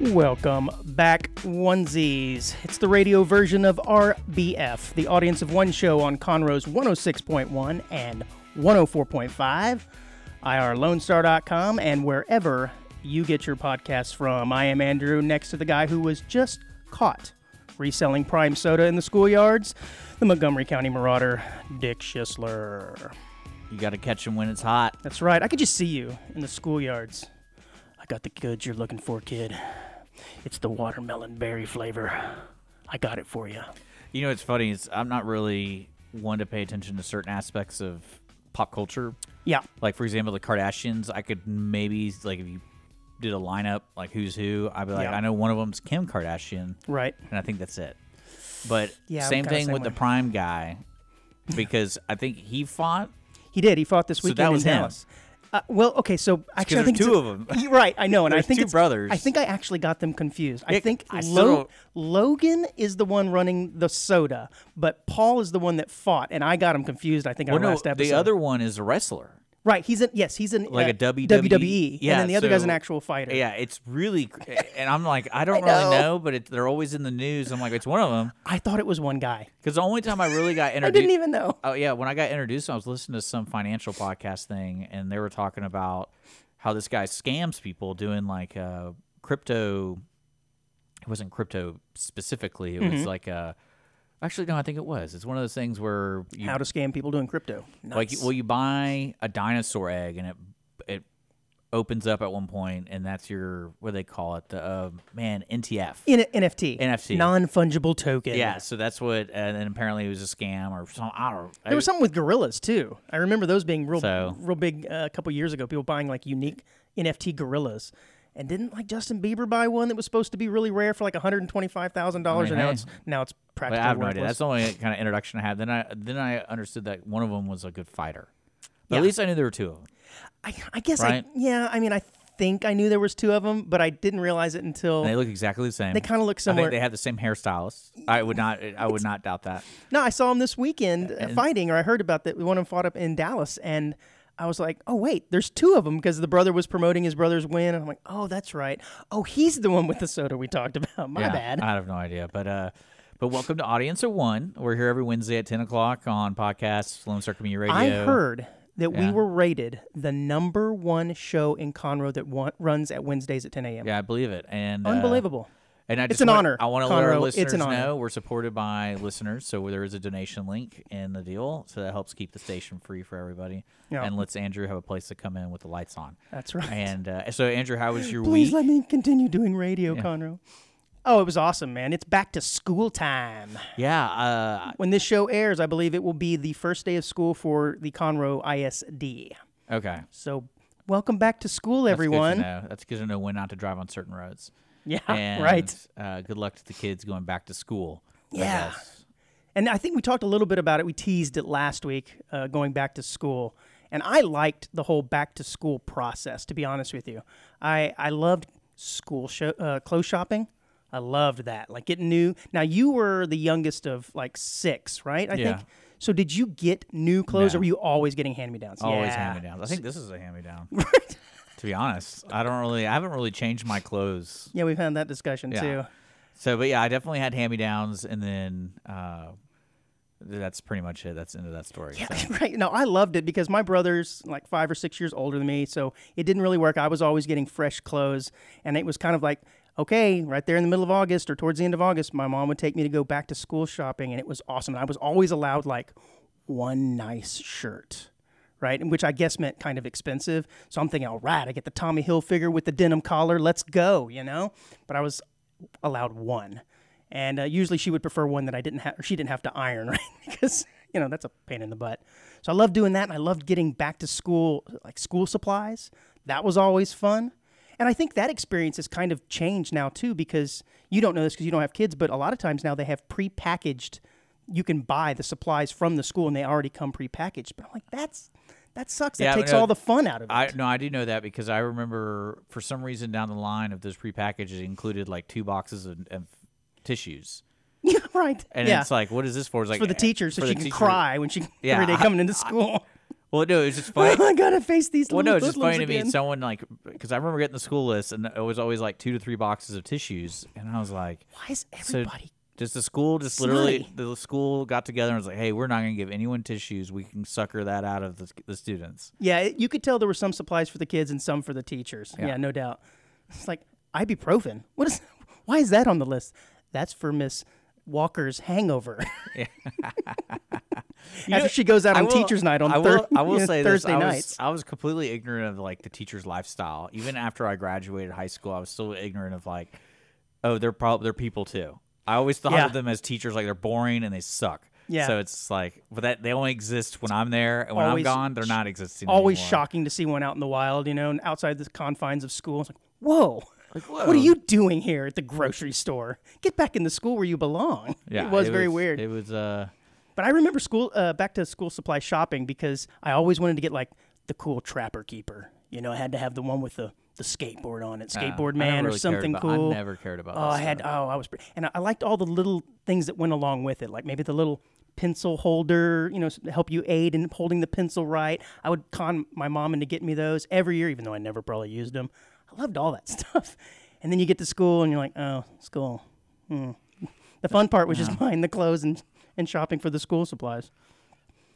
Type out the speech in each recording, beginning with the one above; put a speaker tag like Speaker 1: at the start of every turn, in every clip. Speaker 1: Welcome back, onesies. It's the radio version of RBF, the audience of one show on Conroe's 106.1 and 104.5, irlonestar.com, and wherever you get your podcasts from. I am Andrew, next to the guy who was just caught reselling prime soda in the schoolyards, the Montgomery County Marauder, Dick Schisler.
Speaker 2: You got to catch them when it's hot.
Speaker 1: That's right, I could just see you in the schoolyards. I got the goods you're looking for, kid. It's the watermelon berry flavor. I got it for you.
Speaker 2: You know, it's funny. Is I'm not really one to pay attention to certain aspects of pop culture.
Speaker 1: Yeah.
Speaker 2: Like, for example, the Kardashians. I could maybe like if you did a lineup like who's who, I'd be like,
Speaker 1: Yeah.
Speaker 2: I know one of them's Kim Kardashian,
Speaker 1: Right.
Speaker 2: and I think that's it. But
Speaker 1: Yeah, I'm
Speaker 2: same
Speaker 1: kinda
Speaker 2: thing
Speaker 1: same
Speaker 2: with the
Speaker 1: way.
Speaker 2: Prime guy, because I think he fought.
Speaker 1: He did. He fought this
Speaker 2: So
Speaker 1: weekend
Speaker 2: that was
Speaker 1: in
Speaker 2: him.
Speaker 1: Dallas. Uh, well, okay, so actually, I
Speaker 2: there's
Speaker 1: think
Speaker 2: two
Speaker 1: it's-
Speaker 2: of 'em.
Speaker 1: He- right, I know, and
Speaker 2: There's
Speaker 1: I think
Speaker 2: two
Speaker 1: it's-
Speaker 2: brothers.
Speaker 1: I think I actually got them confused. I
Speaker 2: Yeah,
Speaker 1: think
Speaker 2: I still
Speaker 1: Lo-
Speaker 2: don't-
Speaker 1: Logan is the one running the soda, but Paul is the one that fought, and I got him confused. I think
Speaker 2: Well,
Speaker 1: on our
Speaker 2: no,
Speaker 1: last episode.
Speaker 2: the other one is a wrestler.
Speaker 1: right, he's in. Yes, he's in
Speaker 2: Like
Speaker 1: uh,
Speaker 2: a WWE.
Speaker 1: WWE,
Speaker 2: Yeah,
Speaker 1: and then the other guy's an
Speaker 2: so-
Speaker 1: actual fighter.
Speaker 2: Yeah, it's really, cr- and I'm like, I don't really know, but it, they're always in the news. I'm like, it's one of them.
Speaker 1: I thought it was one guy.
Speaker 2: Because the only time I really got
Speaker 1: I
Speaker 2: introduced,
Speaker 1: didn't even know.
Speaker 2: Oh yeah, when I got introduced, I was listening to some financial podcast thing, and they were talking about how this guy scams people doing like uh, crypto. It wasn't crypto specifically. It
Speaker 1: Mm-hmm.
Speaker 2: was like a. Actually, no, I think it was. It's one of those things where you
Speaker 1: How to scam people doing crypto?
Speaker 2: like,
Speaker 1: Nuts.
Speaker 2: well, you buy a dinosaur egg, and it it opens up at one point, and that's your what do they call it? The uh, man NTF.
Speaker 1: In NFT.
Speaker 2: NFT.
Speaker 1: Non fungible token.
Speaker 2: Yeah, so that's what, and then apparently it was a scam or some. I don't.
Speaker 1: There was something with gorillas too. I remember those being real,
Speaker 2: So-
Speaker 1: real big uh, a couple years ago. People buying like unique NFT gorillas, and didn't like Justin Bieber buy one that was supposed to be really rare for like one hundred and twenty-five thousand dollars, and
Speaker 2: hey.
Speaker 1: now it's now it's
Speaker 2: But
Speaker 1: practically
Speaker 2: I have no
Speaker 1: worthless.
Speaker 2: idea. That's the only kind of introduction I had. Then I then I understood that one of them was a good fighter. But
Speaker 1: Yeah.
Speaker 2: At least I knew there were two of them.
Speaker 1: I, I guess
Speaker 2: Right.
Speaker 1: I yeah. I mean, I think I knew there was two of them, but I didn't realize it until
Speaker 2: And they look exactly the same.
Speaker 1: they kind of look
Speaker 2: I
Speaker 1: similar.
Speaker 2: think they had the same hairstylist. I would not. I would not doubt that.
Speaker 1: No, I saw him this weekend uh, fighting, or I heard about that. One of them fought up in Dallas, and I was like, oh, wait, there's two of them because the brother was promoting his brother's win. And I'm like, oh, that's right. Oh, he's the one with the soda we talked about. My
Speaker 2: Yeah,
Speaker 1: bad.
Speaker 2: I have no idea. But uh, but welcome to Audience of One. We're here every Wednesday at ten o'clock on podcasts, Lone Star Community Radio.
Speaker 1: I heard that
Speaker 2: Yeah.
Speaker 1: we were rated the number one show in Conroe that wa- runs at Wednesdays at 10 a.m.
Speaker 2: Yeah, I believe it. And uh,
Speaker 1: Unbelievable.
Speaker 2: And I just
Speaker 1: an
Speaker 2: want-
Speaker 1: honor,
Speaker 2: I want to let our
Speaker 1: Conroe. It's
Speaker 2: listeners
Speaker 1: an honor.
Speaker 2: know we're supported by listeners, so there is a donation link in the deal, so that helps keep the station free for everybody,
Speaker 1: Yeah.
Speaker 2: and lets Andrew have a place to come in with the lights on.
Speaker 1: That's right.
Speaker 2: And uh, so, Andrew, how was your
Speaker 1: Please
Speaker 2: week?
Speaker 1: let me continue doing radio, Conroe. Oh, it was awesome, man. It's back to school time.
Speaker 2: yeah, uh,
Speaker 1: When this show airs, I believe it will be the first day of school for the Conroe ISD.
Speaker 2: uh, okay.
Speaker 1: So, welcome back to school,
Speaker 2: That's good to
Speaker 1: everyone.
Speaker 2: know. That's good to know when not to drive on certain roads.
Speaker 1: Yeah,
Speaker 2: And,
Speaker 1: right.
Speaker 2: Uh, good luck to the kids going back to school. I
Speaker 1: Yeah.
Speaker 2: guess.
Speaker 1: And I think we talked a little bit about it. We teased it last week, uh, going back to school. And I liked the whole back to school process. To be honest with you, I I loved school show, uh, clothes shopping. I loved that, like getting new. Now you were the youngest of like six, right? I
Speaker 2: Yeah.
Speaker 1: think. So did you get new clothes,
Speaker 2: No.
Speaker 1: or were you always getting hand me downs?
Speaker 2: Always
Speaker 1: yeah.
Speaker 2: hand me downs. I think this is a hand me down. to be honest, I don't really. I haven't really changed my clothes
Speaker 1: Yeah, we've had that discussion
Speaker 2: Yeah.
Speaker 1: too.
Speaker 2: So, but yeah, I definitely had hand me downs, and then uh, th- that's pretty much it. That's the end of that story. so.
Speaker 1: Yeah, right. No, I loved it because my brother's like five or six years older than me, so it didn't really work. I was always getting fresh clothes, and it was kind of like, okay, right there in the middle of August or towards the end of August, my mom would take me to go back to school shopping, and it was awesome. And I was always allowed like one nice shirt. Right, and which I guess meant kind of expensive. So I'm thinking, all right, I get the Tommy Hilfiger with the denim collar. Let's go, you know. But I was allowed one, and uh, usually she would prefer one that I didn't have. She didn't have to iron, right? because you know that's a pain in the butt. So I love doing that, and I loved getting back to school, like school supplies. That was always fun. And I think that experience has kind of changed now too because you don't know this because you don't have kids, but a lot of times now they have prepackaged. You can buy the supplies from the school and they already come prepackaged. But I'm like, that's that sucks. That
Speaker 2: Yeah, but
Speaker 1: takes
Speaker 2: no,
Speaker 1: all the fun out of it.
Speaker 2: I no, I do know that because I remember for some reason down the line of those prepackaged it included like two boxes of, of tissues,
Speaker 1: yeah, right.
Speaker 2: and
Speaker 1: yeah.
Speaker 2: it's like, what is this for? It's like
Speaker 1: for the teacher, so
Speaker 2: for
Speaker 1: she
Speaker 2: the
Speaker 1: can
Speaker 2: teacher-
Speaker 1: cry when she
Speaker 2: Yeah,
Speaker 1: every day
Speaker 2: I-
Speaker 1: coming into school.
Speaker 2: Well, no, it's just funny.
Speaker 1: I gotta face these.
Speaker 2: Well,
Speaker 1: little
Speaker 2: no, it's just funny
Speaker 1: hoodlums
Speaker 2: to me.
Speaker 1: again.
Speaker 2: Someone like because I remember getting the school list, and it was always like two to three boxes of tissues, and I was like,
Speaker 1: Why is
Speaker 2: so
Speaker 1: everybody?
Speaker 2: does the school just literally the school got together and was like, hey, we're not going to give anyone tissues. We can sucker that out of the, the students.
Speaker 1: Yeah, it- you could tell there were some supplies for the kids and some for the teachers. Yeah, no doubt. It's like ibuprofen. What is? Why is that on the list? That's for Miss Walker's hangover. After she goes out
Speaker 2: I
Speaker 1: on
Speaker 2: will-
Speaker 1: teachers' night on
Speaker 2: I
Speaker 1: thir-
Speaker 2: will, I will
Speaker 1: you know,
Speaker 2: say this,
Speaker 1: Thursday
Speaker 2: I was,
Speaker 1: nights.
Speaker 2: I was completely ignorant of like the teacher's lifestyle. Even after I graduated high school, I was still ignorant of like, oh, they're probably they're people too. I always thought
Speaker 1: Yeah.
Speaker 2: of them as teachers like they're boring and they suck.
Speaker 1: Yeah.
Speaker 2: So it's like, but that they only exist when I'm there, and when
Speaker 1: Always
Speaker 2: I'm gone, they're not existing.
Speaker 1: Always
Speaker 2: anymore.
Speaker 1: shocking to see one out in the wild, you know, and outside the confines of school. It's like, whoa. What are you doing here at the grocery store? Get back in the school where you belong.
Speaker 2: Yeah,
Speaker 1: it was very weird.
Speaker 2: It was uh,
Speaker 1: But I remember school uh, back to school supply shopping because I always wanted to get like the cool trapper keeper. You know, I had to have the one with the, the skateboard on it, skateboard
Speaker 2: Ah, I
Speaker 1: man
Speaker 2: never really
Speaker 1: or
Speaker 2: cared
Speaker 1: something
Speaker 2: about-
Speaker 1: cool.
Speaker 2: I never cared about.
Speaker 1: oh,
Speaker 2: that
Speaker 1: I had oh, I was pre- and I, I liked all the little things that went along with it, like maybe the little pencil holder, you know, s- to help you aid in holding the pencil right. I would con my mom into getting me those every year, even though I never probably used them. I loved all that stuff. And then you get to school and you're like, oh, school. Hmm. The fun part was just buying the clothes and and shopping for the school supplies.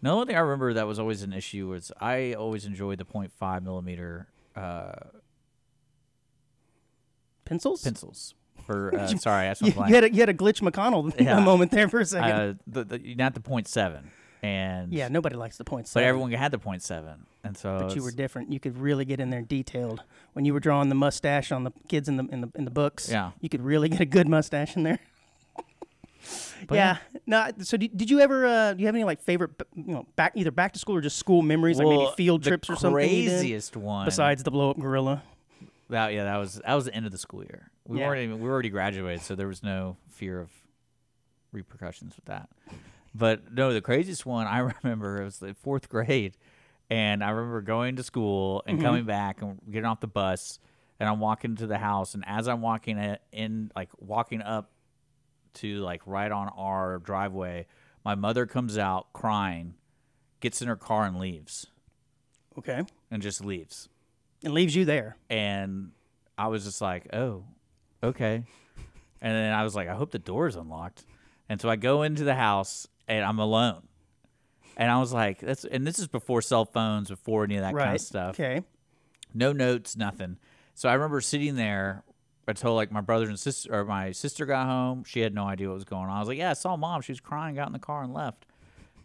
Speaker 2: No, the only thing I remember that was always an issue was I always enjoyed the 0.5 millimeter uh,
Speaker 1: Pencils?
Speaker 2: pencils. For uh, sorry, that's what
Speaker 1: You,
Speaker 2: I'm blank.
Speaker 1: you had a, you had a glitch McConnell
Speaker 2: Yeah.
Speaker 1: moment there for a second.
Speaker 2: Uh, the, the, not the 0.7, and
Speaker 1: yeah, nobody likes the points.
Speaker 2: but everyone had the 0.7, and so
Speaker 1: but you were
Speaker 2: Oh, it's-
Speaker 1: different. You could really get in there detailed when you were drawing the mustache on the kids in the in the in the books.
Speaker 2: Yeah.
Speaker 1: you could really get a good mustache in there. yeah. No. So did, did you ever? Uh, do you have any like favorite? b- You know, back either back to school or just school memories, like
Speaker 2: Well,
Speaker 1: maybe field
Speaker 2: the
Speaker 1: trips or something. you did?
Speaker 2: Craziest one.
Speaker 1: Besides the blow up gorilla.
Speaker 2: that, yeah, that was that was the end of the school year. We
Speaker 1: Yeah.
Speaker 2: weren't even we were already graduated, so there was no fear of repercussions with that. But no, the craziest one I remember it was the fourth grade, and I remember going to school and coming back and getting off the bus, and I'm walking to the house, and as I'm walking i- in, like walking up to like right on our driveway, my mother comes out crying, gets in her car and leaves,
Speaker 1: Okay.
Speaker 2: and just leaves
Speaker 1: And leaves you there.
Speaker 2: and I was just like, "Oh, okay." And then I was like, "I hope the door is unlocked." And so I go into the house and I'm alone. And I was like, "That's." And this is before cell phones, before any of that
Speaker 1: Right.
Speaker 2: kind of stuff.
Speaker 1: Okay.
Speaker 2: No notes, nothing. So I remember sitting there until like my brothers and sister or my sister got home. She had no idea what was going on. I was like, "Yeah, I saw mom. She was crying, got in the car, and left."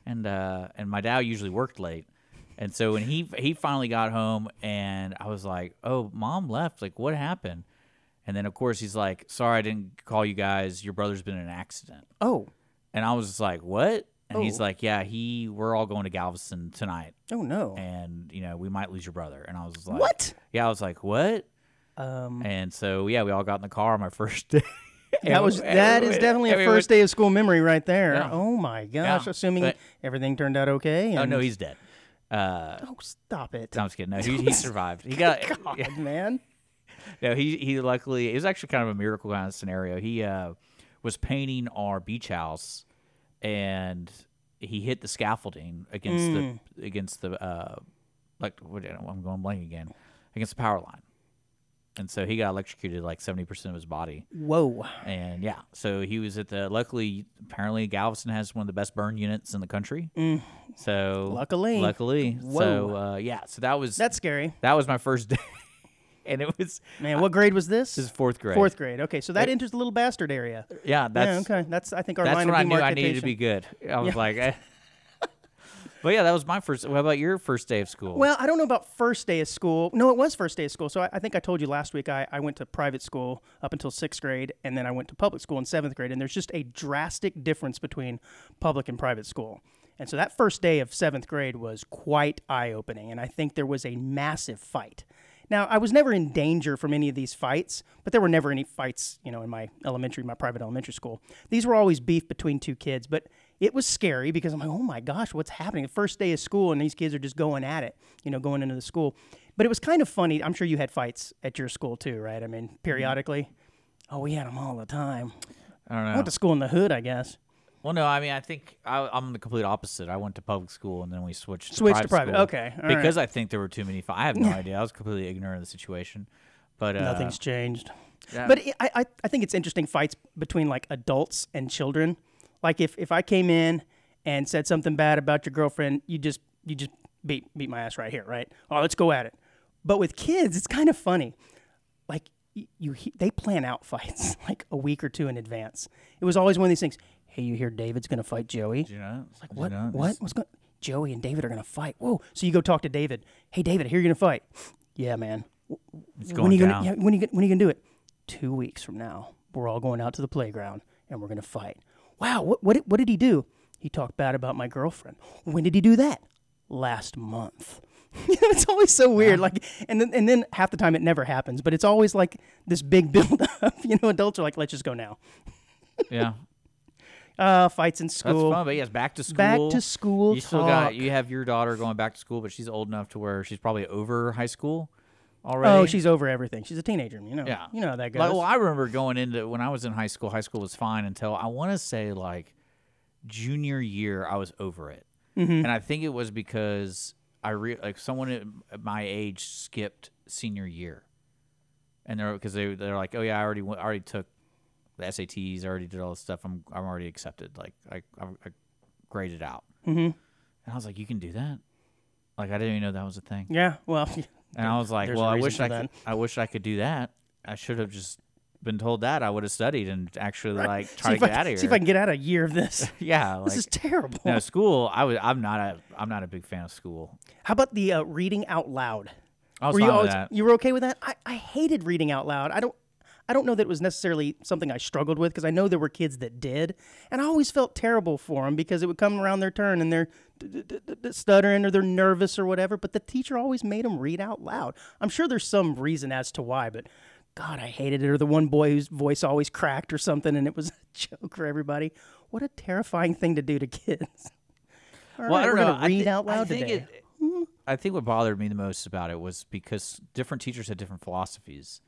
Speaker 2: And uh, and my dad usually worked late, and so when he he finally got home, and I was like, "Oh, mom left. Like, what happened?" And then of course he's like, "Sorry, I didn't call you guys. Your brother's been in an accident."
Speaker 1: Oh.
Speaker 2: And I was just like, "What?" And he's
Speaker 1: Oh.
Speaker 2: like, "Yeah, he. We're all going to Galveston tonight,
Speaker 1: Oh no.
Speaker 2: and you know we might lose your brother." And I was just like,
Speaker 1: What?
Speaker 2: Yeah, I was like, "What?"
Speaker 1: Um,
Speaker 2: And so yeah, we all got in the car on my first day.
Speaker 1: that was that is definitely a first day of school memory right there.
Speaker 2: Yeah.
Speaker 1: Oh my gosh!
Speaker 2: Yeah.
Speaker 1: Assuming
Speaker 2: But-
Speaker 1: everything turned out okay.
Speaker 2: Oh
Speaker 1: and-
Speaker 2: no, he's dead. Uh,
Speaker 1: Oh, stop it,
Speaker 2: no, I'm just kidding. No, he, he survived. He got yeah,
Speaker 1: God, man.
Speaker 2: no. He he luckily it was actually kind of a miracle kind of scenario. He uh, was painting our beach house, and he hit the scaffolding against the against the uh, like what, I'm going blank again against the power line, and so he got electrocuted like seventy percent of his body.
Speaker 1: Whoa.
Speaker 2: And yeah, so he was at the. Luckily, apparently Galveston has one of the best burn units in the country. So
Speaker 1: Mm. Luckily.
Speaker 2: luckily, so uh, yeah, so that was
Speaker 1: That's scary.
Speaker 2: that was my first day, and it was
Speaker 1: Man, what grade was this?
Speaker 2: this is fourth grade.
Speaker 1: Fourth grade. Okay, so that enters the little bastard area.
Speaker 2: yeah,
Speaker 1: Yeah,
Speaker 2: that's
Speaker 1: okay. That's I think our
Speaker 2: that's
Speaker 1: line
Speaker 2: when
Speaker 1: of
Speaker 2: I knew I needed to be
Speaker 1: demarcation.
Speaker 2: good. I was like, eh. but yeah, that was my first. What about your first day of school?
Speaker 1: Well, I don't know about first day of school. No, it was first day of school. So I, I think I told you last week I, I went to private school up until sixth grade, and then I went to public school in seventh grade. And there's just a drastic difference between public and private school. And so that first day of seventh grade was quite eye opening. And I think there was a massive fight. Now, I was never in danger from any of these fights, but there were never any fights, you know, in my elementary, my private elementary school. These were always beef between two kids, but it was scary because I'm like, oh my gosh, what's happening? The first day of school, and these kids are just going at it, you know, going into the school. But it was kind of funny. I'm sure you had fights at your school too, right? I mean,
Speaker 2: Mm-hmm.
Speaker 1: periodically. Oh, we had them all the time.
Speaker 2: I don't know.
Speaker 1: I went to school in the hood, I guess.
Speaker 2: Well, no, I mean, I think I, I'm the complete opposite. I went to public school and then we switched to
Speaker 1: Switched to
Speaker 2: private.
Speaker 1: private.
Speaker 2: school
Speaker 1: Okay, all right.
Speaker 2: because I think there were too many. Fi- I have no idea. I was completely ignorant of the situation. But uh,
Speaker 1: Nothing's changed.
Speaker 2: yeah.
Speaker 1: But it, I, I- I think it's interesting fights between like adults and children. Like if, if I came in and said something bad about your girlfriend, you just you just beat beat my ass right here, right? Oh, let's go at it. But with kids, it's kind of funny. Like y- you, he- they plan out fights like a week or two in advance. It was always one of these things. Hey, you hear David's gonna fight Joey?
Speaker 2: you know, it's like
Speaker 1: What? What? What's going? Joey and David are gonna fight. Whoa! So you go talk to David. Hey, David, I hear you're gonna fight. Yeah, man. W-
Speaker 2: It's
Speaker 1: when
Speaker 2: going
Speaker 1: are you
Speaker 2: down.
Speaker 1: Gonna, yeah, when are you gonna- when are you gonna do it? Two weeks from now, we're all going out to the playground and we're gonna fight. Wow! What what did- what did he do? He talked bad about my girlfriend. When did he do that? Last month. You know, it's always so weird. Like, and then and then half the time it never happens, but it's always like this big build up. You know, adults are like, let's just go now.
Speaker 2: yeah,
Speaker 1: Uh, fights in
Speaker 2: that's
Speaker 1: school.
Speaker 2: fun. But yes, back to school.
Speaker 1: Back to school
Speaker 2: You still got.
Speaker 1: talk.
Speaker 2: You have your daughter going back to school, but she's old enough to where she's probably over high school already.
Speaker 1: Oh, she's over everything. She's a teenager. You know.
Speaker 2: Yeah.
Speaker 1: You know how that goes.
Speaker 2: Like, well, I remember going into when I was in high school. High school was fine until I want to say like junior year. I was over it,
Speaker 1: Mm-hmm.
Speaker 2: and I think it was because I re- like someone at- at my age skipped senior year, and they're because they they're like, oh yeah, I already went, I already took the SATs, I already did all this stuff. I'm I'm already accepted. Like I I, I graded out, mm-hmm. and I was like, you can do that. Like I didn't even know that was a thing.
Speaker 1: yeah. Well.
Speaker 2: And I was like,
Speaker 1: There's a
Speaker 2: well, I
Speaker 1: reason
Speaker 2: wish
Speaker 1: for
Speaker 2: I
Speaker 1: that.
Speaker 2: could, I wish I could do that. I should have just been told that. I would have studied and actually like try
Speaker 1: see
Speaker 2: to get
Speaker 1: if I,
Speaker 2: out of here.
Speaker 1: See if I can get out of a year of this.
Speaker 2: yeah, like
Speaker 1: this is terrible.
Speaker 2: no school. I was. I'm not a. I'm not a big fan of school.
Speaker 1: How about the uh, reading out loud?
Speaker 2: I was
Speaker 1: were
Speaker 2: fine
Speaker 1: you
Speaker 2: with
Speaker 1: always,
Speaker 2: that.
Speaker 1: you were okay with that? I, I hated reading out loud. I don't I don't know that it was necessarily something I struggled with because I know there were kids that did, and I always felt terrible for them because it would come around their turn and they're d- d- d- d- stuttering or they're nervous or whatever. But the teacher always made them read out loud. I'm sure there's some reason as to why, but God, I hated it. Or the one boy whose voice always cracked or something, and it was a joke for everybody. What a terrifying thing to do to kids. All
Speaker 2: well,
Speaker 1: right,
Speaker 2: I don't
Speaker 1: we're
Speaker 2: know.
Speaker 1: gonna
Speaker 2: I
Speaker 1: Read
Speaker 2: thi-
Speaker 1: out
Speaker 2: I
Speaker 1: loud
Speaker 2: think
Speaker 1: today.
Speaker 2: it- I think what bothered me the most about it was because different teachers had different philosophies,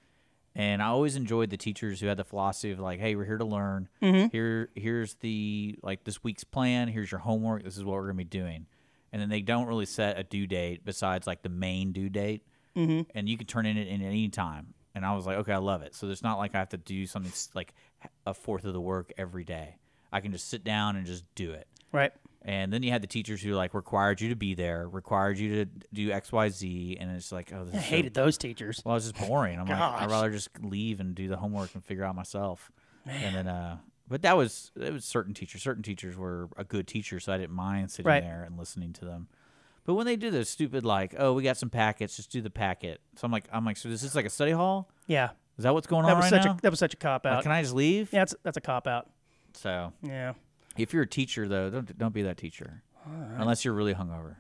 Speaker 2: and I always enjoyed the teachers who had the philosophy of like, "Hey, we're here to learn.
Speaker 1: Mm-hmm.
Speaker 2: Here, here's the like this week's plan. Here's your homework. This is what we're gonna be doing." And then they don't really set a due date besides like the main due date, mm-hmm. and you can turn in it in at any time. And I was like, "Okay, I love it." So there's not like I have to do something s- like a fourth of the work every day. I can just sit down and just do it.
Speaker 1: right.
Speaker 2: And then you had the teachers who like required you to be there, required you to do X, Y, Z, and it's like, oh, this
Speaker 1: I
Speaker 2: is so-
Speaker 1: hated those teachers.
Speaker 2: well, it's just boring. I'm like, I'd
Speaker 1: Gosh.
Speaker 2: rather just leave and do the homework and figure out myself. And then, uh, but that was it was certain teachers. Certain teachers were a good teacher, so I didn't mind sitting
Speaker 1: Right.
Speaker 2: there and listening to them. But when they do those stupid like, oh, we got some packets, just do the packet. So I'm like, I'm like, so is this like a study hall?
Speaker 1: Yeah,
Speaker 2: Is that what's going
Speaker 1: that
Speaker 2: on
Speaker 1: was
Speaker 2: right
Speaker 1: such
Speaker 2: now?
Speaker 1: a that was such a cop
Speaker 2: Like,
Speaker 1: out.
Speaker 2: can I just leave?
Speaker 1: yeah, that's that's a cop out.
Speaker 2: So
Speaker 1: Yeah,
Speaker 2: If you're a teacher though, don't don't be that teacher. Unless you're really hungover,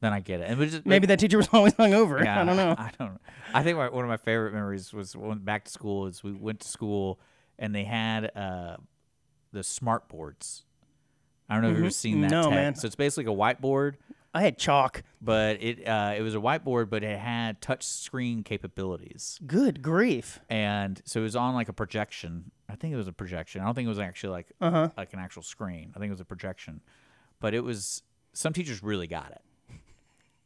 Speaker 2: then I get it. And but just,
Speaker 1: maybe that teacher was always hungover.
Speaker 2: yeah,
Speaker 1: I don't know.
Speaker 2: I don't. I think my, one of my favorite memories was when back to school is we went to school and they had uh, the smart boards. I don't know if you've ever seen that.
Speaker 1: Mm-hmm. No,
Speaker 2: tech.
Speaker 1: man.
Speaker 2: So it's basically a whiteboard,
Speaker 1: I had chalk.
Speaker 2: but it uh, it was a whiteboard, but it had touch screen capabilities.
Speaker 1: Good grief.
Speaker 2: and so it was on like a projection. I think it was a projection. I don't think it was actually like
Speaker 1: Uh-huh.
Speaker 2: like an actual screen. I think it was a projection, but it was some teachers really got it,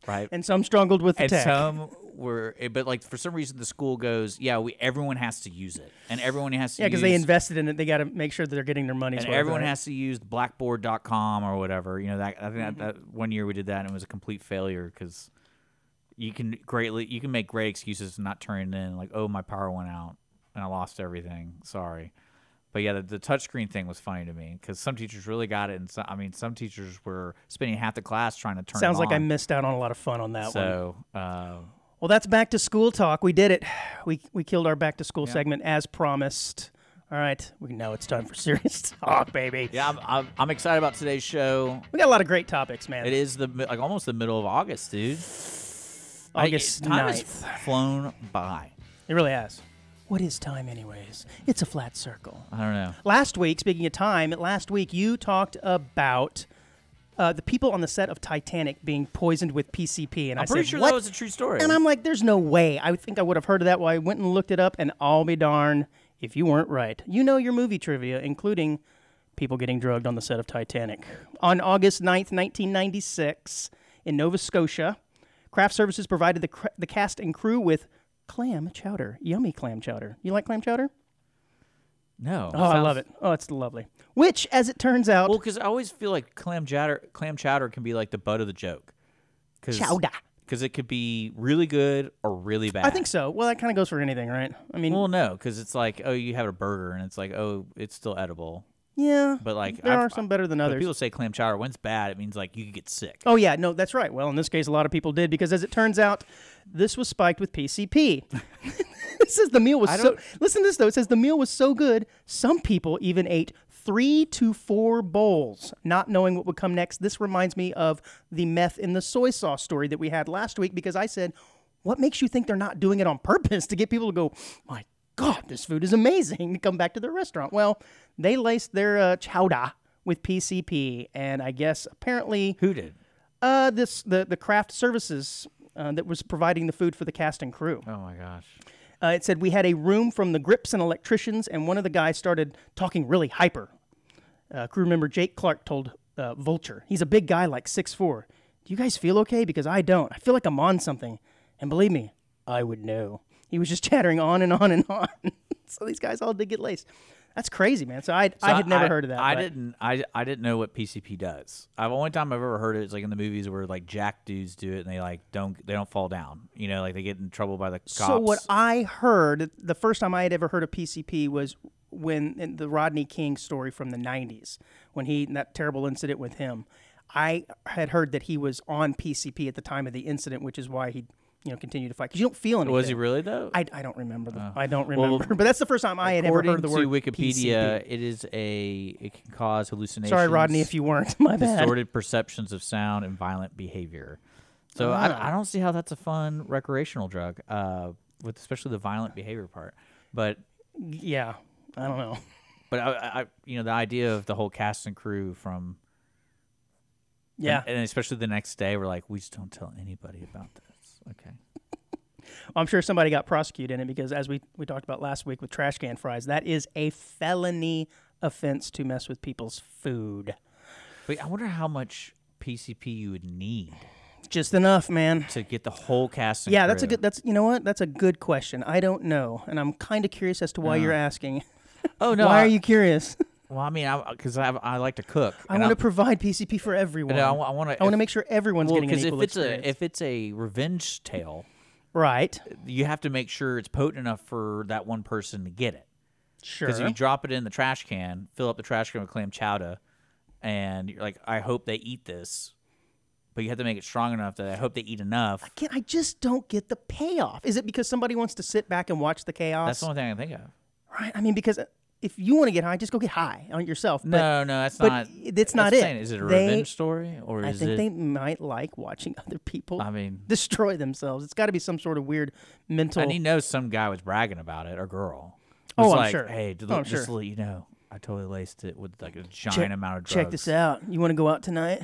Speaker 2: right?
Speaker 1: And some struggled with the
Speaker 2: and
Speaker 1: tech.
Speaker 2: some were, eh, but like for some reason the school goes, yeah, we everyone has to use it, and everyone has to
Speaker 1: yeah, because
Speaker 2: because
Speaker 1: they invested in it. They got to make sure that they're getting their money's
Speaker 2: and
Speaker 1: worth.
Speaker 2: everyone
Speaker 1: right?
Speaker 2: has to use blackboard.com or whatever. You know that I think
Speaker 1: Mm-hmm.
Speaker 2: that, that one year we did that and it was a complete failure because you can greatly you can make great excuses and not turn it in like oh my power went out and I lost everything. Sorry. But yeah, the, the touchscreen thing was funny to me because some teachers really got it, and some, I mean, some teachers were spending half the class trying to turn.
Speaker 1: Sounds
Speaker 2: them
Speaker 1: like I
Speaker 2: on.
Speaker 1: missed out on a lot of fun on that one.
Speaker 2: So uh,
Speaker 1: Well, that's back to school talk. We did it. We we killed our back to school segment as promised. All right, we know it's time for serious talk, baby.
Speaker 2: yeah, I'm, I'm, I'm excited about today's show.
Speaker 1: We got a lot of great topics, man.
Speaker 2: It is the mi- like almost the middle of August, dude. Like,
Speaker 1: August
Speaker 2: time has
Speaker 1: 9th.
Speaker 2: flown by.
Speaker 1: It really has. What is time, anyways? It's a flat circle.
Speaker 2: I don't know.
Speaker 1: Last week, speaking of time, last week you talked about uh, the people on the set of Titanic being poisoned with PCP, and
Speaker 2: I'm
Speaker 1: I
Speaker 2: pretty
Speaker 1: said,
Speaker 2: sure
Speaker 1: "What?"
Speaker 2: that was a true story.
Speaker 1: and I'm like, "There's no way." I think I would have heard of that. Well, I went and looked it up, and I'll be darn if you weren't right. You know your movie trivia, including people getting drugged on the set of Titanic on August 9th, 1996, in Nova Scotia. Craft Services provided the, cr- the cast and crew with clam chowder, yummy clam chowder. You like clam chowder?
Speaker 2: no.
Speaker 1: Oh, I love it. Oh, it's lovely. Which, as it turns out,
Speaker 2: Well, because I always feel like clam chowder, clam chowder can be like the butt of the joke. Cause,
Speaker 1: Chowder.
Speaker 2: Because it could be really good or really bad.
Speaker 1: I think so. Well, that kind of goes for anything, right? I mean,
Speaker 2: Well, no, because it's like, oh, you have a burger and it's like, oh, it's still edible.
Speaker 1: yeah,
Speaker 2: But like,
Speaker 1: there
Speaker 2: I've-
Speaker 1: are some better than
Speaker 2: but
Speaker 1: others.
Speaker 2: people say clam chowder. When it's bad, it means like you could get sick.
Speaker 1: Oh yeah, no, that's right. Well, in this case, a lot of people did because, as it turns out, this was spiked with PCP. This says the meal was so. Listen to this though. It says the meal was so good, some people even ate three to four bowls, not knowing what would come next. This reminds me of the meth in the soy sauce story that we had last week because I said, "What makes you think they're not doing it on purpose to get people to go, my God, this food is amazing," to come back to their restaurant? Well, they laced their uh, chowder with PCP, and I guess apparently.
Speaker 2: Who did?
Speaker 1: Uh, this the the craft services uh, that was providing the food for the cast and crew.
Speaker 2: Oh my gosh.
Speaker 1: Uh, it said we had a room from the grips and electricians, and one of the guys started talking really hyper. Uh, crew member Jake Clark told uh, Vulture, he's a big guy, like six four. Do you guys feel okay? Because I don't. I feel like I'm on something, and believe me, I would know. He was just chattering on and on and on. so these guys all did get laced. That's crazy, man. So I I had never heard of that.
Speaker 2: I
Speaker 1: but-
Speaker 2: didn't. I, I didn't know what PCP does. I've only time I've ever heard it is like in the movies where like jack dudes do it and they like don't they don't fall down. You know, like they get in trouble by the cops.
Speaker 1: So what I heard the first time I had ever heard of PCP was when in the Rodney King story from the '90s, when he that terrible incident with him. I had heard that he was on PCP at the time of the incident, which is why he, you know, continued to fight because you don't feel anything.
Speaker 2: was he really though?
Speaker 1: I, I don't remember. The, I don't remember. but that's the first time I had ever
Speaker 2: According
Speaker 1: heard the word
Speaker 2: to Wikipedia,
Speaker 1: PCP.
Speaker 2: it is a it can cause hallucinations.
Speaker 1: Sorry, Rodney, if you weren't. My bad.
Speaker 2: distorted perceptions of sound and violent behavior. So
Speaker 1: Ah.
Speaker 2: I, I don't see how that's a fun recreational drug, uh, with especially the violent behavior part. But
Speaker 1: Yeah, I don't know.
Speaker 2: but I, I I- you know the idea of the whole cast and crew from
Speaker 1: Yeah,
Speaker 2: and, and especially the next day we're like we just don't tell anybody about this. Okay.
Speaker 1: I'm sure somebody got prosecuted in it because, as we, we talked about last week with trash can fries, that is a felony offense to mess with people's food.
Speaker 2: But I wonder how much PCP you would need
Speaker 1: Just enough, man.
Speaker 2: to get the whole cast and
Speaker 1: Yeah, that's a
Speaker 2: crew.
Speaker 1: good. That's you know what? That's a good question. I don't know, and I'm kind of curious as to why you're asking.
Speaker 2: Oh Uh. no.
Speaker 1: why
Speaker 2: I-
Speaker 1: are you curious?
Speaker 2: Well, I mean, I because I, I like to cook.
Speaker 1: I
Speaker 2: and
Speaker 1: want to
Speaker 2: I'm-
Speaker 1: provide PCP for everyone.
Speaker 2: and I, want to.
Speaker 1: I want to make sure everyone's
Speaker 2: Well,
Speaker 1: getting an
Speaker 2: because
Speaker 1: equal
Speaker 2: if it's
Speaker 1: experience.
Speaker 2: a if it's a revenge tale,
Speaker 1: right,
Speaker 2: you have to make sure it's potent enough for that one person to get it.
Speaker 1: sure.
Speaker 2: Because if you drop it in the trash can, fill up the trash can with clam chowder, and you're like, I hope they eat this, but you have to make it strong enough that I hope they eat enough.
Speaker 1: Can't- I just don't get the payoff. Is it because somebody wants to sit back and watch the chaos?
Speaker 2: That's the only thing I can think of.
Speaker 1: right. I mean, because if you want to get high, just go get high on yourself. but-
Speaker 2: No, no, that's
Speaker 1: but
Speaker 2: not.
Speaker 1: it's not
Speaker 2: that's the
Speaker 1: it.
Speaker 2: thing. Is it a
Speaker 1: They-
Speaker 2: revenge story or
Speaker 1: I
Speaker 2: is
Speaker 1: think
Speaker 2: it?
Speaker 1: they might like watching other people
Speaker 2: I mean,
Speaker 1: destroy themselves. It's got to be some sort of weird mental.
Speaker 2: and he knows some guy was bragging about it or girl.
Speaker 1: Oh,
Speaker 2: Was
Speaker 1: I'm
Speaker 2: like,
Speaker 1: sure.
Speaker 2: Hey,
Speaker 1: Oh,
Speaker 2: look,
Speaker 1: I'm
Speaker 2: just
Speaker 1: sure.
Speaker 2: to let you know, I totally laced it with like a giant amount of drugs.
Speaker 1: Check this out. You want to go out tonight?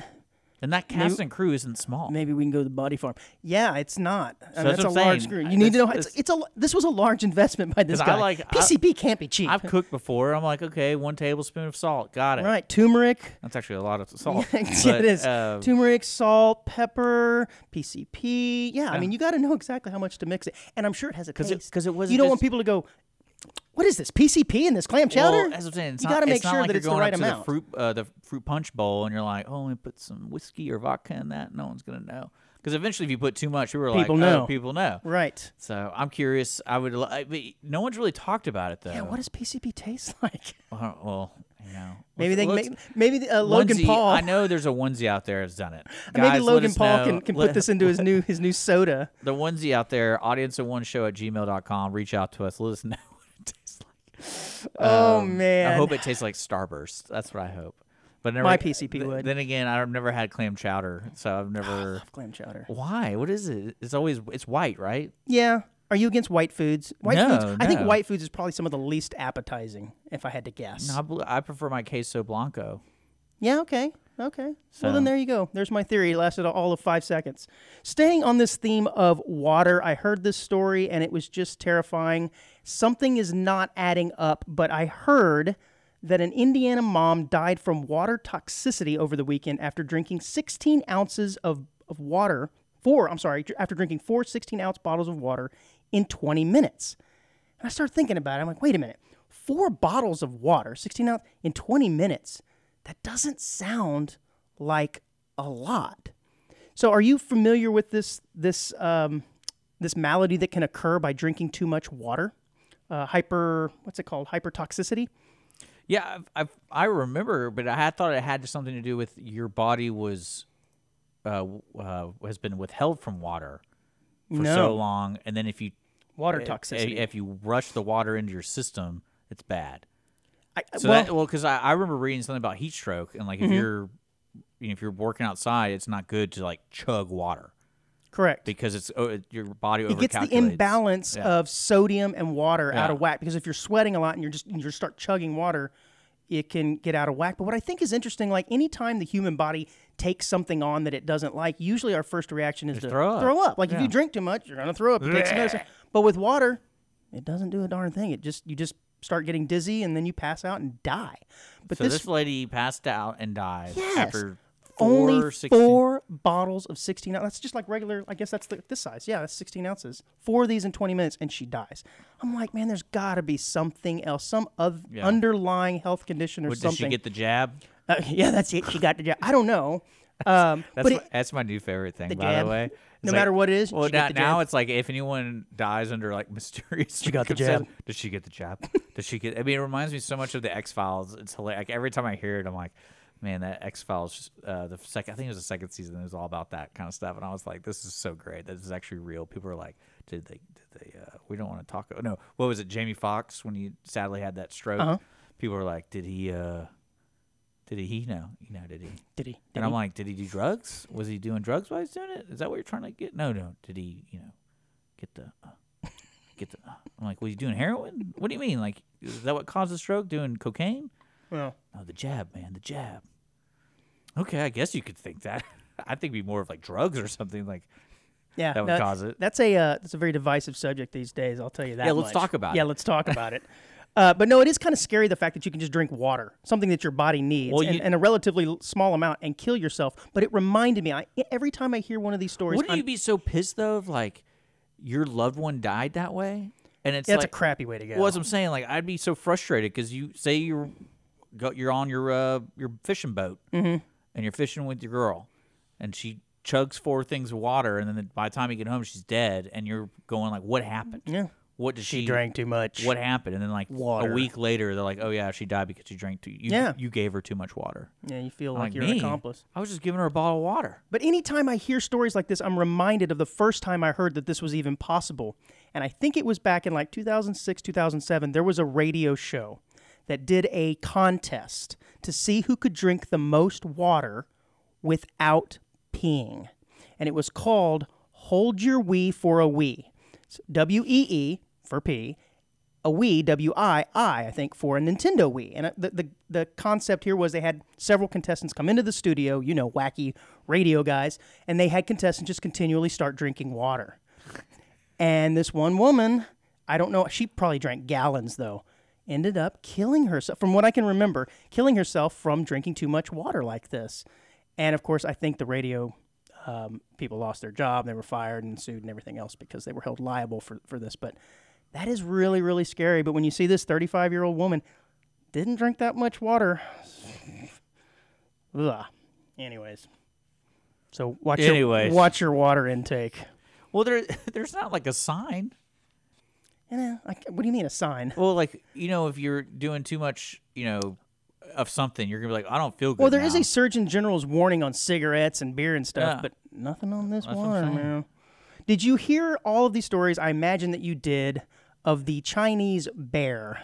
Speaker 2: And that cast and crew isn't small.
Speaker 1: Maybe we can go to the body farm. Yeah, it's not. I mean,
Speaker 2: that's
Speaker 1: that's a
Speaker 2: what I'm saying.
Speaker 1: large screw.
Speaker 2: I-
Speaker 1: You need to know.
Speaker 2: that's-
Speaker 1: how- It's, it's a. This was a large investment by this
Speaker 2: 'Cause I
Speaker 1: guy.
Speaker 2: like- I-
Speaker 1: PCP can't be cheap.
Speaker 2: I've cooked before. I'm like, okay, one tablespoon of salt. Got it.
Speaker 1: right, turmeric.
Speaker 2: That's actually a lot of salt.
Speaker 1: yeah, it
Speaker 2: but,
Speaker 1: is.
Speaker 2: uh,
Speaker 1: turmeric, salt, pepper, PCP. Yeah, I mean, you got to know exactly how much to mix it, and I'm sure it has a taste.
Speaker 2: it- 'cause it wasn't
Speaker 1: You don't want
Speaker 2: just-
Speaker 1: people to go. What is this PCP in this clam
Speaker 2: well,
Speaker 1: chowder?
Speaker 2: that's what I'm saying. It's
Speaker 1: you
Speaker 2: got to
Speaker 1: make sure
Speaker 2: like
Speaker 1: that
Speaker 2: you're
Speaker 1: it's the
Speaker 2: going
Speaker 1: right
Speaker 2: up
Speaker 1: amount.
Speaker 2: To the, fruit, uh, the fruit punch bowl, and you're like, oh, we put some whiskey or vodka in that. No one's gonna know. Because eventually, if you put too much, we were
Speaker 1: People
Speaker 2: like,
Speaker 1: know.
Speaker 2: oh, people know.
Speaker 1: Right.
Speaker 2: So I'm curious. I would. li- I, but no one's really talked about it though.
Speaker 1: Yeah, what does PCP taste like?
Speaker 2: Uh, well, you know.
Speaker 1: Maybe they
Speaker 2: Let's-
Speaker 1: make, maybe uh, Logan
Speaker 2: onesie-
Speaker 1: Paul.
Speaker 2: I know there's a onesie out there that's done it. Guys,
Speaker 1: maybe
Speaker 2: let
Speaker 1: Logan
Speaker 2: us
Speaker 1: Paul
Speaker 2: know.
Speaker 1: can, can
Speaker 2: Let-
Speaker 1: put this into his new his new soda.
Speaker 2: the onesie out there, audience of one show at gmail.com. Reach out to us. Let us know what it tastes like.
Speaker 1: oh
Speaker 2: Um, I
Speaker 1: man.
Speaker 2: hope it tastes like Starburst. That's what I hope. But I never,
Speaker 1: My PCP would.
Speaker 2: Then again, I've never had clam chowder, so I've never.
Speaker 1: Love clam chowder.
Speaker 2: Why? What is it? It's always it's white, right?
Speaker 1: Yeah. Are you against white foods? White
Speaker 2: No,
Speaker 1: foods. I think
Speaker 2: no.
Speaker 1: white foods is probably some of the least appetizing, if I had to guess.
Speaker 2: No, I, bel- I prefer my queso blanco.
Speaker 1: Yeah, okay. Okay. Well, then
Speaker 2: So-
Speaker 1: there you go. There's my theory. It lasted all of five seconds. Staying on this theme of water, I heard this story and it was just terrifying. Something is not adding up, but I heard that an Indiana mom died from water toxicity over the weekend after drinking 16 ounces of, of water, four, I'm sorry, after drinking four 16 ounce bottles of water in 20 minutes. And I started thinking about it. I'm like, wait a minute. Four bottles of water, 16 ounce, in 20 minutes. That doesn't sound like a lot. So, are you familiar with this this um, this malady that can occur by drinking too much water? Uh, hyper, what's it called? Hypertoxicity.
Speaker 2: Yeah, I've, I've, I remember, but I had thought it had something to do with your body was uh, w- uh, has been withheld from water for
Speaker 1: No.
Speaker 2: so long, and then if you
Speaker 1: Water
Speaker 2: i-
Speaker 1: toxicity.
Speaker 2: if you rush the water into your system, it's bad.
Speaker 1: I, I-
Speaker 2: So
Speaker 1: well, Mm-hmm.
Speaker 2: that, well, because I, I remember reading something about heat stroke, and like if you're you know, if you're working outside, it's not good to like chug water
Speaker 1: correct.
Speaker 2: because it's oh, it- your body over
Speaker 1: It gets the imbalance
Speaker 2: Yeah.
Speaker 1: of sodium and water out
Speaker 2: Yeah.
Speaker 1: of whack because if you're sweating a lot and you're just you just start chugging water, it can get out of whack. But what I think is interesting, like anytime the human body takes something on that it doesn't like, usually our first reaction is to
Speaker 2: throw up.
Speaker 1: Like if you drink too much, you're gonna throw up. You take some medicine. But with water, it doesn't do a darn thing. It just you just start getting dizzy and then you pass out and die. But
Speaker 2: So this,
Speaker 1: this
Speaker 2: lady passed out and died
Speaker 1: Yes.
Speaker 2: after four,
Speaker 1: only
Speaker 2: 16
Speaker 1: four bottles of 16 ounce. That's just like regular, I guess that's the, this size. Yeah, that's 16 ounces. Four of these in 20 minutes, and she dies. I'm like, man, there's got to be something else, some oth- underlying health condition or
Speaker 2: What, did
Speaker 1: something.
Speaker 2: she get the jab?
Speaker 1: Uh, yeah, that's it. She got the jab. I don't know. Um,
Speaker 2: That's
Speaker 1: but
Speaker 2: my,
Speaker 1: it,
Speaker 2: that's my new favorite thing, by
Speaker 1: jab.
Speaker 2: the way.
Speaker 1: No
Speaker 2: It's
Speaker 1: matter what it is,
Speaker 2: Well,
Speaker 1: she got
Speaker 2: now,
Speaker 1: the jab.
Speaker 2: now it's like if anyone dies under like mysterious, she
Speaker 1: got the
Speaker 2: Did she get the jab? Did she get? I mean, it reminds me so much of the X Files. It's hilarious. Like, every time I hear it, I'm like, man, that X Files. Uh, the second, I think it was the second season. It was all about that kind of stuff, and I was like, this is so great. This is actually real. People are like, did they? Did they? Uh, we don't want to talk. No, what was it? Jamie Foxx when he sadly had that stroke.
Speaker 1: Uh-huh.
Speaker 2: People were like, did he? uh Did he? You know, you know, did he?
Speaker 1: did he?
Speaker 2: and I'm like, did he do drugs? Was he doing drugs while he's doing it? Is that what you're trying to get? No, no. Did he, you know, get the, uh, get the? Uh. I'm like, was he doing heroin? What do you mean? Like, is that what caused the stroke? Doing cocaine?
Speaker 1: Well,
Speaker 2: No, the jab, man, the jab. Okay, I guess you could think that. I think it'd be more of like drugs or something. Like,
Speaker 1: yeah,
Speaker 2: That would
Speaker 1: no,
Speaker 2: cause it.
Speaker 1: That's a uh, that's a very divisive subject these days. I'll tell you that.
Speaker 2: Yeah, let's
Speaker 1: much.
Speaker 2: talk about
Speaker 1: Yeah,
Speaker 2: it.
Speaker 1: let's talk about it. Uh, but no, it is kind of scary the fact that you can just drink water, something that your body needs,
Speaker 2: Well,
Speaker 1: and,
Speaker 2: you-
Speaker 1: and a relatively l- small amount, and kill yourself. But it reminded me, I, e, every time I hear one of these stories,
Speaker 2: wouldn't
Speaker 1: I'm-
Speaker 2: you be so pissed though if like your loved one died that way? And it's
Speaker 1: that's
Speaker 2: like,
Speaker 1: a crappy way to go.
Speaker 2: Well, that's what I'm saying. Like, I'd be so frustrated because you say you're go, you're on your uh, your fishing boat
Speaker 1: Mm-hmm.
Speaker 2: and you're fishing with your girl, and she chugs four things of water, and then by the time you get home, she's dead, and you're going like, "What happened?
Speaker 1: Yeah.
Speaker 2: what did she,
Speaker 1: you drank too much.
Speaker 2: What happened?" And then like
Speaker 1: Water.
Speaker 2: a week later, they're like, "Oh yeah, she died because she drank too. You,
Speaker 1: Yeah.
Speaker 2: you gave her too much water."
Speaker 1: Yeah, you feel
Speaker 2: I'm
Speaker 1: like, you're
Speaker 2: me,
Speaker 1: an accomplice.
Speaker 2: I was just giving her a bottle of water.
Speaker 1: But anytime I hear stories like this, I'm reminded of the first time I heard that this was even possible. And I think it was back in like 2006, 2007. There was a radio show that did a contest to see who could drink the most water without peeing. And it was called Hold Your Wee for a Wee. W E E for P, a Wii, W I I, I think, for a Nintendo Wii. And uh, the, the, the concept here was they had several contestants come into the studio, you know, wacky radio guys, and they had contestants just continually start drinking water. And this one woman, I don't know, she probably drank gallons though, ended up killing herself, from what I can remember, killing herself from drinking too much water like this. And of course, I think the radio um, people lost their job, they were fired and sued and everything else because they were held liable for, for this. But that is really, really scary. But when you see this 35 year old woman, didn't drink that much water. Ugh. Anyways. So watch
Speaker 2: Anyways.
Speaker 1: your watch your water intake.
Speaker 2: Well, there there's not like a sign.
Speaker 1: You know, like, eh, what do you mean a sign?
Speaker 2: Well, like you know, if you're doing too much, you know. Of something, you're gonna be like, I don't feel good.
Speaker 1: Well, there is
Speaker 2: now."
Speaker 1: a Surgeon General's warning on cigarettes and beer and stuff,
Speaker 2: Yeah.
Speaker 1: but nothing on this
Speaker 2: what I'm
Speaker 1: water,
Speaker 2: saying.
Speaker 1: man. Did you hear all of these stories? I imagine that you did of the Chinese bear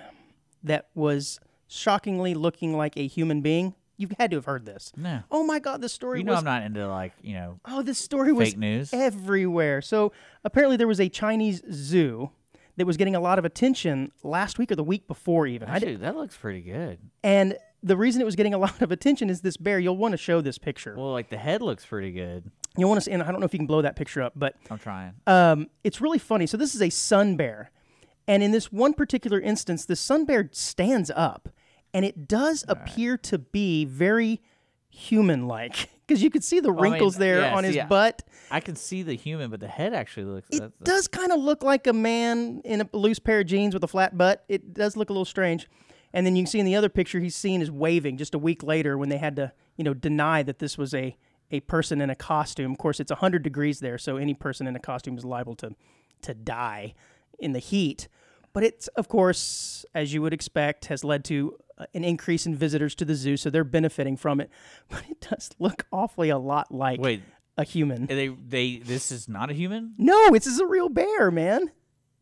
Speaker 1: that was shockingly looking like a human being. you had to have heard this.
Speaker 2: No.
Speaker 1: Oh my God, this story
Speaker 2: You know,
Speaker 1: was
Speaker 2: I'm not into like you know
Speaker 1: Oh, this story was
Speaker 2: Fake news.
Speaker 1: everywhere. So apparently, there was a Chinese zoo that was getting a lot of attention last week or the week before, even. I did,
Speaker 2: Actually, that looks pretty good.
Speaker 1: and the reason it was getting a lot of attention is this bear. You'll want to show this picture.
Speaker 2: Well, like the head looks pretty good. Uh,
Speaker 1: You'll want to, see, and I don't know if you can blow that picture up, but
Speaker 2: I'm trying.
Speaker 1: um, it's really funny. So this is a sun bear, and in this one particular instance, the sun bear stands up, and it does appear to be very human-like because you could see the
Speaker 2: Oh, I mean,
Speaker 1: wrinkles there
Speaker 2: yeah,
Speaker 1: on his
Speaker 2: see, I-
Speaker 1: butt.
Speaker 2: I can see the human, but the head actually looks.
Speaker 1: It does kind of look like a man in a loose pair of jeans with a flat butt. It does look a little strange. And then you can see in the other picture, he's seen as waving just a week later when they had to, you know, deny that this was a, a person in a costume. Of course, it's 100 degrees there, so any person in a costume is liable to, to die in the heat. But it's, of course, as you would expect, has led to uh, an increase in visitors to the zoo, so they're benefiting from it. But it does look awfully a lot like
Speaker 2: Wait,
Speaker 1: a human.
Speaker 2: they they this is not a human.
Speaker 1: no, this is a real bear, man.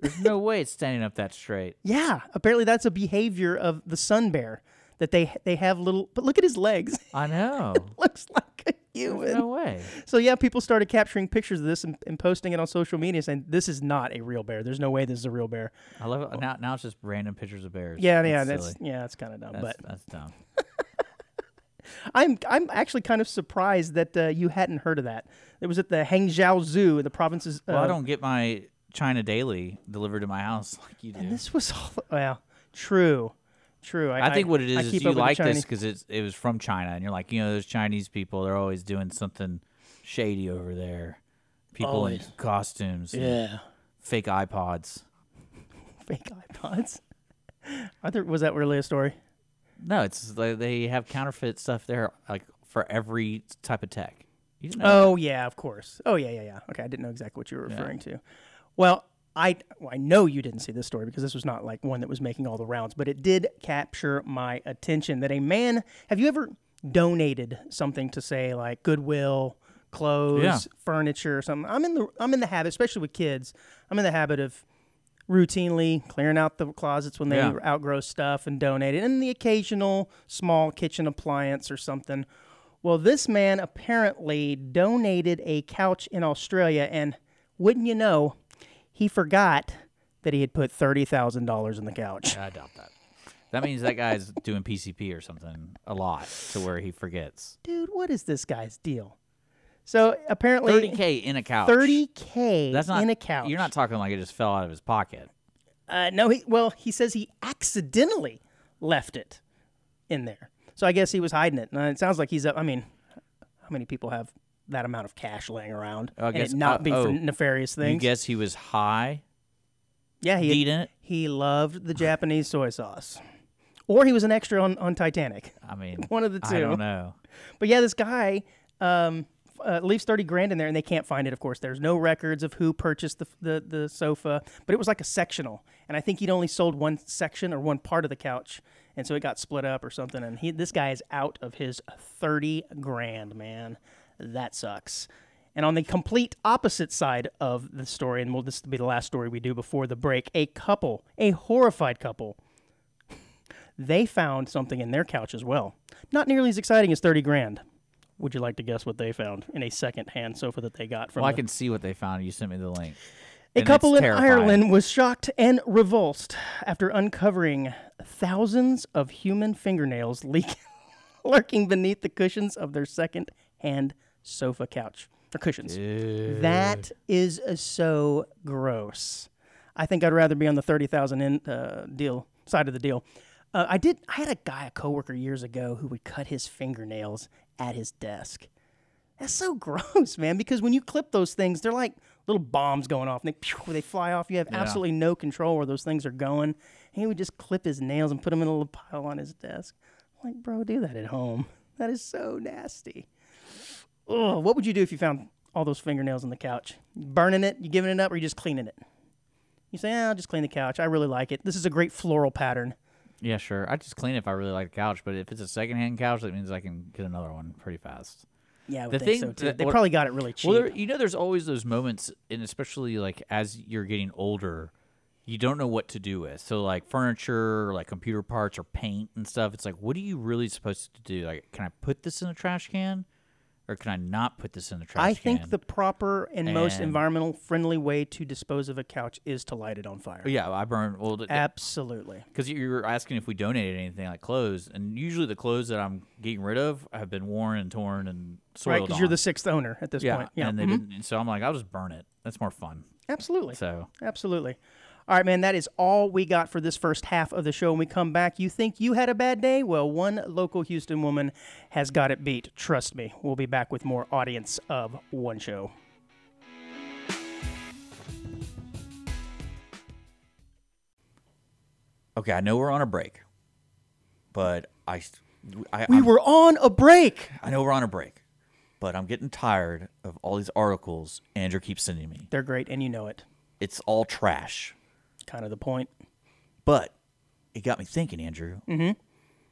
Speaker 2: There's no way it's standing up that straight.
Speaker 1: Yeah, apparently that's a behavior of the sun bear that they they have little. But look at his legs;
Speaker 2: I know.
Speaker 1: looks like a human.
Speaker 2: No way.
Speaker 1: So yeah, people started capturing pictures of this and, and posting it on social media, saying this is not a real bear. There's no way this is a real bear.
Speaker 2: I love it. Now, now it's just random pictures of bears.
Speaker 1: Yeah, yeah, that's
Speaker 2: silly.
Speaker 1: yeah, that's kind of dumb.
Speaker 2: That's, that's dumb.
Speaker 1: But I'm I'm actually kind of surprised that uh, you hadn't heard of that. It was at the Hangzhou Zoo in the province's.
Speaker 2: Well,
Speaker 1: uh,
Speaker 2: I don't get my China Daily delivered to my house like you do.
Speaker 1: This was all well, true, true. I,
Speaker 2: I think what it
Speaker 1: I
Speaker 2: is is
Speaker 1: keep up
Speaker 2: you
Speaker 1: with the
Speaker 2: like this
Speaker 1: Chinese-
Speaker 2: because it's it was from China, and you're like, you know, those Chinese people, they're always doing something shady over there. People in costumes, and
Speaker 1: Yeah,
Speaker 2: fake iPods.
Speaker 1: fake iPods. I thought was that really a story.
Speaker 2: No, it's like they have counterfeit stuff there, like for every type of tech. You didn't know
Speaker 1: Oh yeah, of course. Oh yeah, yeah, yeah. Okay, I didn't know exactly what you were referring to. Well, I well, I know you didn't see this story because this was not like one that was making all the rounds, but it did capture my attention that a man. Have you ever donated something to say like Goodwill? clothes
Speaker 2: Yeah.
Speaker 1: furniture or something i'm in the i'm in the habit especially with kids i'm in the habit of routinely clearing out the closets when they
Speaker 2: Yeah.
Speaker 1: outgrow stuff and donate it, and the occasional small kitchen appliance or something. Well, this man apparently donated a couch in Australia, and wouldn't you know, he forgot that he had put thirty thousand dollars in the couch.
Speaker 2: I doubt that. That means that guy's doing PCP or something a lot to where he forgets.
Speaker 1: Dude, what is this guy's deal? So apparently,
Speaker 2: 30K in a couch.
Speaker 1: thirty k
Speaker 2: That's not
Speaker 1: in a couch.
Speaker 2: You're not talking like it just fell out of his pocket.
Speaker 1: Uh, no, he well, he says he accidentally left it in there. So I guess he was hiding it. And it sounds like he's up. I mean, how many people have that amount of cash laying around?
Speaker 2: I guess-
Speaker 1: and it not
Speaker 2: uh,
Speaker 1: be for
Speaker 2: oh.
Speaker 1: nefarious
Speaker 2: You
Speaker 1: things.
Speaker 2: guess he was high,
Speaker 1: yeah, he
Speaker 2: eating it.
Speaker 1: he loved the Japanese soy sauce, or he was an extra on, on Titanic.
Speaker 2: I mean,
Speaker 1: One of the two.
Speaker 2: I don't know.
Speaker 1: But yeah, this guy um, f- uh, leaves thirty grand in there, and they can't find it. Of course, there's no records of who purchased the, the the sofa, but it was like a sectional, and I think he'd only sold one section or one part of the couch, and so it got split up or something. And he, this guy is out of his thirty grand, man. That sucks. And on the complete opposite side of the story, and we'll, this will be the last story we do before the break, a couple, a horrified couple, they found something in their couch as well. Not nearly as exciting as 30 grand. Would you like to guess what they found in a second-hand sofa that they got from
Speaker 2: Well, I
Speaker 1: the-
Speaker 2: can see what they found. You sent me the link.
Speaker 1: a
Speaker 2: and it's
Speaker 1: couple in
Speaker 2: terrifying.
Speaker 1: Ireland was shocked and revulsed after uncovering thousands of human fingernails leak- lurking beneath the cushions of their second-hand sofa couch or cushions. That is uh, so gross. I think I'd rather be on the thirty thousand in uh, deal side of the deal. Uh, I did. I had a guy, a coworker, years ago, who would cut his fingernails at his desk. That's so gross, man. Because when you clip those things, they're like little bombs going off, and they pew, they fly off. You have absolutely no control where those things are going. And he would just clip his nails and put them in a little pile on his desk. I'm like, bro, do that at home. That is so nasty. Ugh, what would you do if you found all those fingernails on the couch? Burning it? You giving it up, or you just cleaning it? You say, "Eh, I'll just clean the couch. I really like it. This is a great floral pattern.
Speaker 2: Yeah, sure. I just clean it if I really like the couch, but if it's a secondhand couch, that means I can get another one pretty fast.
Speaker 1: Yeah, I would
Speaker 2: The
Speaker 1: think
Speaker 2: thing
Speaker 1: so too.
Speaker 2: that-
Speaker 1: they
Speaker 2: what-
Speaker 1: probably got it really cheap.
Speaker 2: Well, there, you know, there's always those moments, and especially like as you're getting older, you don't know what to do with. So like furniture, or, like computer parts or paint and stuff. It's like, what are you really supposed to do? Like, can I put this in a trash can, or can I not put this in the trash
Speaker 1: I
Speaker 2: can?
Speaker 1: think the proper and, most
Speaker 2: And-
Speaker 1: environmental friendly way to dispose of a couch is to light it on fire.
Speaker 2: Oh, yeah, I burn. Well, th-
Speaker 1: Absolutely.
Speaker 2: because you were asking if we donated anything like clothes, and usually the clothes that I'm getting rid of have been worn and torn and soiled.
Speaker 1: Right, because you're
Speaker 2: on.
Speaker 1: the sixth owner at this
Speaker 2: yeah,
Speaker 1: point. Yeah,
Speaker 2: and they
Speaker 1: mhm.
Speaker 2: didn't, and so I'm like, I'll just burn it. That's more fun.
Speaker 1: absolutely,
Speaker 2: So
Speaker 1: absolutely. All right, man, that is all we got for this first half of the show. When we come back, you think you had a bad day? Well, one local Houston woman has got it beat. Trust me. We'll be back with more audience of one show.
Speaker 2: okay, I know we're on a break, but I, s- I,
Speaker 1: We
Speaker 2: I'm-
Speaker 1: were on a break.
Speaker 2: I know we're on a break, but I'm getting tired of all these articles Andrew keeps sending me.
Speaker 1: They're great, and you know it.
Speaker 2: It's all trash.
Speaker 1: Kind of the point.
Speaker 2: But it got me thinking, Andrew. Mm-hmm.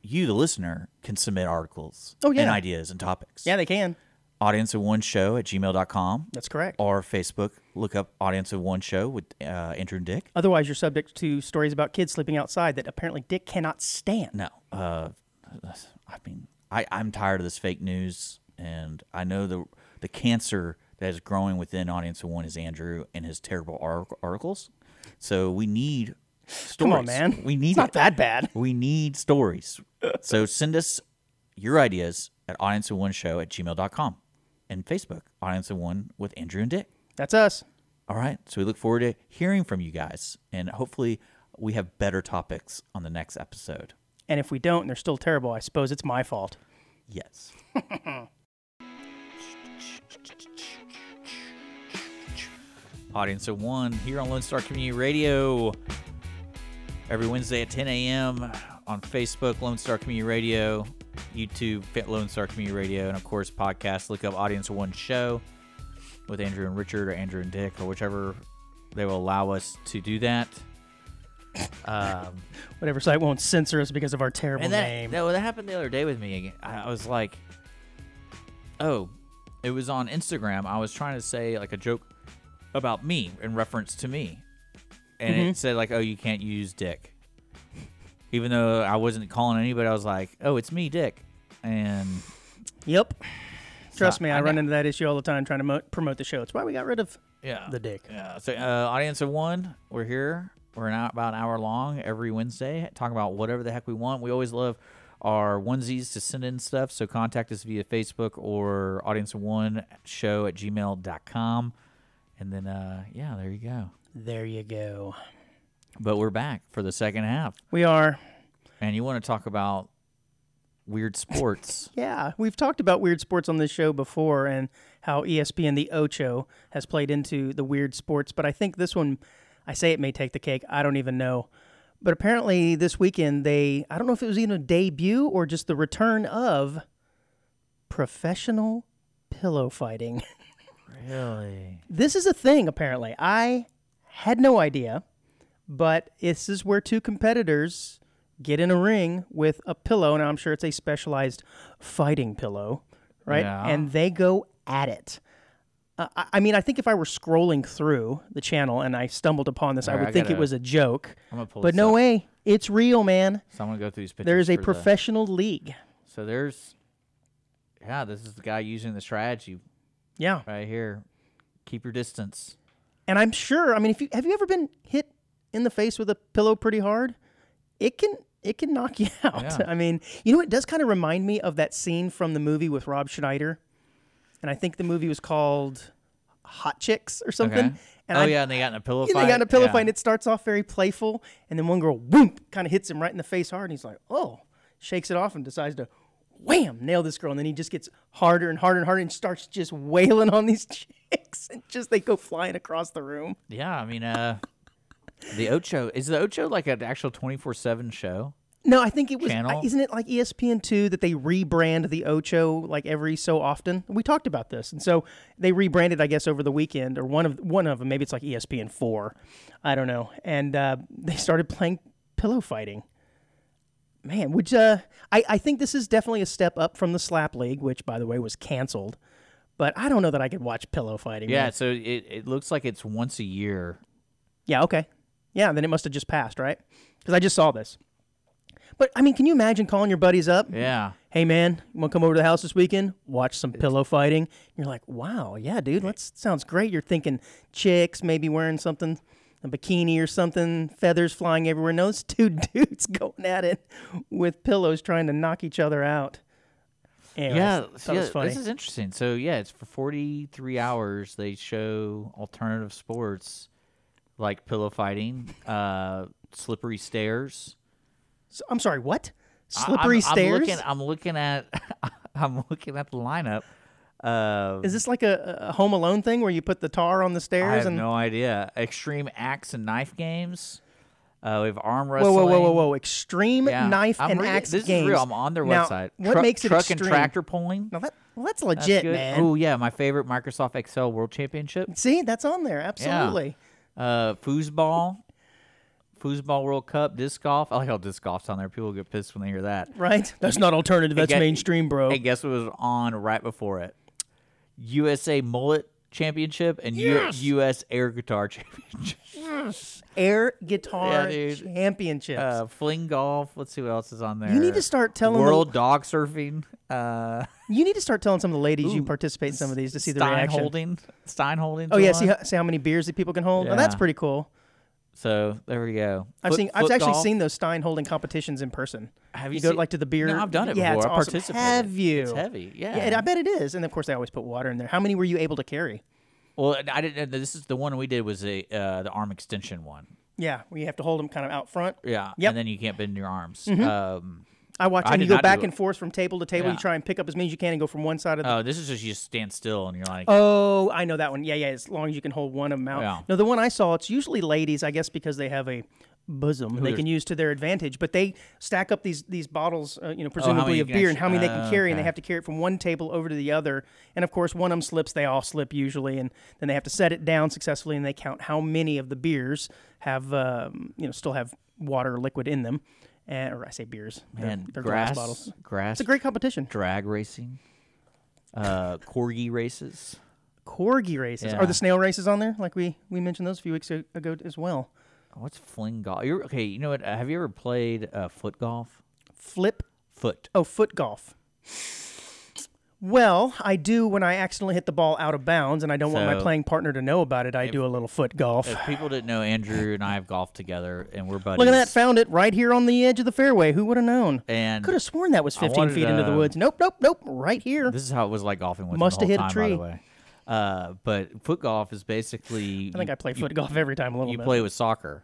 Speaker 2: You, the listener, can submit articles
Speaker 1: Oh, yeah.
Speaker 2: and ideas and topics.
Speaker 1: Yeah, they can.
Speaker 2: Audience of One Show at gmail.com
Speaker 1: That's correct.
Speaker 2: or Facebook. Look up Audience of One Show with uh, Andrew and Dick.
Speaker 1: Otherwise, you're subject to stories about kids sleeping outside that apparently Dick cannot stand.
Speaker 2: No. Uh, I mean, I, I'm tired of this fake news, and I know the the cancer that is growing within Audience of One is Andrew and his terrible ar- articles. So we need stories.
Speaker 1: Come on, man.
Speaker 2: We need
Speaker 1: it's not
Speaker 2: it.
Speaker 1: that bad.
Speaker 2: We need stories. so send us your ideas at audience of one show at gmail.com and Facebook, audience of one with Andrew and Dick.
Speaker 1: That's us.
Speaker 2: All right. So we look forward to hearing from you guys. And hopefully we have better topics on the next episode.
Speaker 1: And if we don't, and they're still terrible, I suppose it's my fault.
Speaker 2: Yes. Audience of one here on Lone Star Community Radio. Every Wednesday at 10 a.m. on Facebook, Lone Star Community Radio, YouTube, Fit Lone Star Community Radio, and of course, podcast. Look up Audience of One Show with Andrew and Richard or Andrew and Dick or whichever they will allow us to do that. Um,
Speaker 1: Whatever site won't censor us because of our terrible
Speaker 2: and that,
Speaker 1: name.
Speaker 2: No, that happened the other day with me. I, I was like, oh, it was on Instagram. I was trying to say like a joke about me in reference to me. And
Speaker 1: Mm-hmm.
Speaker 2: it said like, oh, you can't use dick. Even though I wasn't calling anybody, I was like, oh, it's me, dick. And
Speaker 1: Yep. Trust
Speaker 2: not-
Speaker 1: me, I,
Speaker 2: I
Speaker 1: run
Speaker 2: know.
Speaker 1: into that issue all the time trying to mo- promote the show. It's why we got rid of
Speaker 2: yeah.
Speaker 1: the dick.
Speaker 2: Yeah. So, uh, audience of one, we're here. We're an hour, about an hour long every Wednesday, talking about whatever the heck we want. We always love our onesies to send in stuff. So, contact us via Facebook or audience of one show at gmail.com. And then, uh, yeah, there you go.
Speaker 1: There you go.
Speaker 2: But we're back for the second half.
Speaker 1: We are.
Speaker 2: And you want to talk about weird sports.
Speaker 1: Yeah, we've talked about weird sports on this show before and how E ESPN the Ocho has played into the weird sports, but I think this one I say it may take the cake. I don't even know. But apparently this weekend they I don't know if it was even a debut or just the return of professional pillow fighting.
Speaker 2: really?
Speaker 1: This is a thing, apparently. I had no idea, but this is where two competitors get in a ring with a pillow, and I'm sure it's a specialized fighting pillow, right?
Speaker 2: Yeah.
Speaker 1: And they go at it. Uh, I I mean, I think if I were scrolling through the channel and I stumbled upon this, I
Speaker 2: Alright,
Speaker 1: would
Speaker 2: I
Speaker 1: think it
Speaker 2: gotta-
Speaker 1: was a joke.
Speaker 2: I'm going to pull
Speaker 1: But
Speaker 2: this
Speaker 1: no
Speaker 2: up.
Speaker 1: way. It's real, man.
Speaker 2: So, I'm going to go through these pictures.
Speaker 1: There is a
Speaker 2: for the-
Speaker 1: professional league.
Speaker 2: so, there's, yeah, this is the guy using the strategy
Speaker 1: Yeah.
Speaker 2: right here. Keep your distance.
Speaker 1: And I'm sure, I mean, if you have you ever been hit in the face with a pillow pretty hard, it can it can knock you out.
Speaker 2: Yeah.
Speaker 1: I mean, you know, it does kind of remind me of that scene from the movie with Rob Schneider, and I think the movie was called Hot Chicks or something.
Speaker 2: Okay.
Speaker 1: And
Speaker 2: oh
Speaker 1: I,
Speaker 2: yeah, and they got in a pillow
Speaker 1: you know,
Speaker 2: fight.
Speaker 1: they got in a pillow
Speaker 2: yeah.
Speaker 1: fight, and it starts off very playful, and then one girl, whoop, kind of hits him right in the face hard, and he's like, oh, shakes it off and decides to, wham, nail this girl, and then he just gets harder and harder and harder, and starts just wailing on these chicks, and just they go flying across the room.
Speaker 2: Yeah, I mean, uh, the Ocho is the Ocho like an actual twenty four seven show?
Speaker 1: No, I think it was.
Speaker 2: Channel?
Speaker 1: I- Isn't it like E ESPN two that they rebrand the Ocho like every so often? We talked about this, and so they rebranded, I guess, over the weekend or one of one of them. Maybe it's like E ESPN four, I don't know. And uh, they started playing pillow fighting. Man, which uh, I I think this is definitely a step up from the Slap League, which by the way was canceled. But I don't know that I could watch pillow fighting.
Speaker 2: Yeah,
Speaker 1: man.
Speaker 2: so it, it looks like it's once a year,
Speaker 1: Yeah. Okay. Yeah, then it must have just passed, right? Because I just saw this. But I mean, can you imagine calling your buddies up?
Speaker 2: Yeah.
Speaker 1: Hey man, you want to come over to the house this weekend? Watch some pillow fighting. And you're like, wow, yeah, dude, that's sounds great. You're thinking chicks maybe wearing something, a bikini or something, feathers flying everywhere. No, it's two dudes going at it with pillows trying to knock each other out. Anyways,
Speaker 2: Yeah,
Speaker 1: that
Speaker 2: yeah,
Speaker 1: was funny.
Speaker 2: this is interesting. So yeah, it's for 43 hours they show alternative sports like pillow fighting, uh, slippery stairs.
Speaker 1: So- I'm sorry, what?
Speaker 2: I-
Speaker 1: Slippery
Speaker 2: I'm,
Speaker 1: stairs?
Speaker 2: I'm looking, I'm looking at I'm looking at the lineup. Uh,
Speaker 1: Is this like a, a Home Alone thing where you put the tar on the
Speaker 2: I
Speaker 1: stairs
Speaker 2: have
Speaker 1: and
Speaker 2: no idea. Extreme axe and knife games. Uh, we have arm
Speaker 1: whoa,
Speaker 2: wrestling.
Speaker 1: whoa, whoa, whoa, whoa, extreme
Speaker 2: Yeah.
Speaker 1: knife
Speaker 2: I'm
Speaker 1: and
Speaker 2: reading-
Speaker 1: axe
Speaker 2: This
Speaker 1: games.
Speaker 2: is real. I'm on their
Speaker 1: Now,
Speaker 2: website.
Speaker 1: What
Speaker 2: Truck-
Speaker 1: makes it
Speaker 2: truck
Speaker 1: extreme?
Speaker 2: and tractor pulling?
Speaker 1: Now that well, that's
Speaker 2: That's
Speaker 1: legit,
Speaker 2: good.
Speaker 1: man.
Speaker 2: Oh yeah, my favorite Microsoft Excel World Championship.
Speaker 1: See, that's on there. Absolutely.
Speaker 2: Uh, foosball, foosball World Cup, disc golf. I like how disc golf's on there. People get pissed when they hear that.
Speaker 1: Right? That's not alternative. That's
Speaker 2: got-
Speaker 1: mainstream, bro.
Speaker 2: And guess what was on right before it? USA Mullet Championship and U- U.S. Air Guitar Championship.
Speaker 1: Air
Speaker 2: Yeah,
Speaker 1: guitar
Speaker 2: dude.
Speaker 1: championships.
Speaker 2: Uh, fling golf. Let's see what else is on there.
Speaker 1: you need to start telling
Speaker 2: World dog surfing. Uh,
Speaker 1: the, you need to start telling some of the ladies you
Speaker 2: Ooh,
Speaker 1: participate in some of these to see the
Speaker 2: Stein
Speaker 1: reaction.
Speaker 2: holding. Stein holding.
Speaker 1: oh yeah, see how, see how many beers that people can hold. Now, that's
Speaker 2: Yeah.
Speaker 1: pretty cool.
Speaker 2: So there we go.
Speaker 1: I've
Speaker 2: Foot-
Speaker 1: seen. I've
Speaker 2: foot
Speaker 1: actually
Speaker 2: golf.
Speaker 1: seen those Stein holding competitions in person.
Speaker 2: Have
Speaker 1: you
Speaker 2: you
Speaker 1: go
Speaker 2: seen-
Speaker 1: like to the beer?
Speaker 2: No, I've done it
Speaker 1: yeah,
Speaker 2: before.
Speaker 1: It's
Speaker 2: I
Speaker 1: awesome.
Speaker 2: participated.
Speaker 1: Have you?
Speaker 2: It's heavy. Yeah.
Speaker 1: Yeah, and I bet it is. And of course, they always put water in there. How many were you able to carry?
Speaker 2: well, I didn't. This is the one we did was a uh, the arm extension one.
Speaker 1: Yeah, where you have to hold them kind of out front.
Speaker 2: Yeah.
Speaker 1: Yep. Mm-hmm.
Speaker 2: And then you can't bend your arms. Um,
Speaker 1: I watch
Speaker 2: I
Speaker 1: and you
Speaker 2: did
Speaker 1: go
Speaker 2: not do
Speaker 1: back
Speaker 2: it.
Speaker 1: and forth from table to table. You
Speaker 2: Yeah.
Speaker 1: try and pick up as many as you can and go from one side of the.
Speaker 2: oh, this is just you just stand still and you're like,
Speaker 1: oh, I know that one. Yeah, yeah. As long as you can hold one of them out.
Speaker 2: Yeah.
Speaker 1: No, the one I saw, it's usually ladies, I guess, because they have a bosom they can use to their advantage. But they stack up these these bottles, uh, you know, presumably
Speaker 2: Oh, you
Speaker 1: of
Speaker 2: can
Speaker 1: beer, and
Speaker 2: actu-
Speaker 1: how many they can
Speaker 2: Oh,
Speaker 1: carry, and they
Speaker 2: okay.
Speaker 1: have to carry it from one table over to the other. And of course, one of them slips, they all slip usually, and then they have to set it down successfully, and they count how many of the beers have, um, you know, still have water or liquid in them. And, or I say beers, they're-
Speaker 2: man,
Speaker 1: they're
Speaker 2: grass,
Speaker 1: glass bottles.
Speaker 2: grass,
Speaker 1: It's a great competition.
Speaker 2: drag racing, uh, corgi races.
Speaker 1: corgi races.
Speaker 2: Yeah.
Speaker 1: Are the snail races on there? Like we we mentioned those a few weeks a- ago as well.
Speaker 2: What's fling golf? You're okay. You know what? Uh, have you ever played uh, foot golf?
Speaker 1: Flip.
Speaker 2: Foot.
Speaker 1: Oh, foot golf. Well, I do when I accidentally hit the ball out of bounds, and I don't want my
Speaker 2: So-
Speaker 1: playing partner to know about it. I do a little foot golf.
Speaker 2: If people didn't know, Andrew and I have golfed together, and we're buddies.
Speaker 1: Look at that! Found it right here on the edge of the fairway. Who would have known?
Speaker 2: And
Speaker 1: Could have sworn that was 15
Speaker 2: wanted,
Speaker 1: feet into the
Speaker 2: uh,
Speaker 1: woods. Nope, nope, nope. Right here.
Speaker 2: This is how it was like golfing with
Speaker 1: Musta
Speaker 2: him the
Speaker 1: hit
Speaker 2: whole
Speaker 1: a
Speaker 2: time, By
Speaker 1: tree.
Speaker 2: the way. Uh, but foot golf is basically
Speaker 1: I think I play foot golf every time a little
Speaker 2: you
Speaker 1: bit.
Speaker 2: play with soccer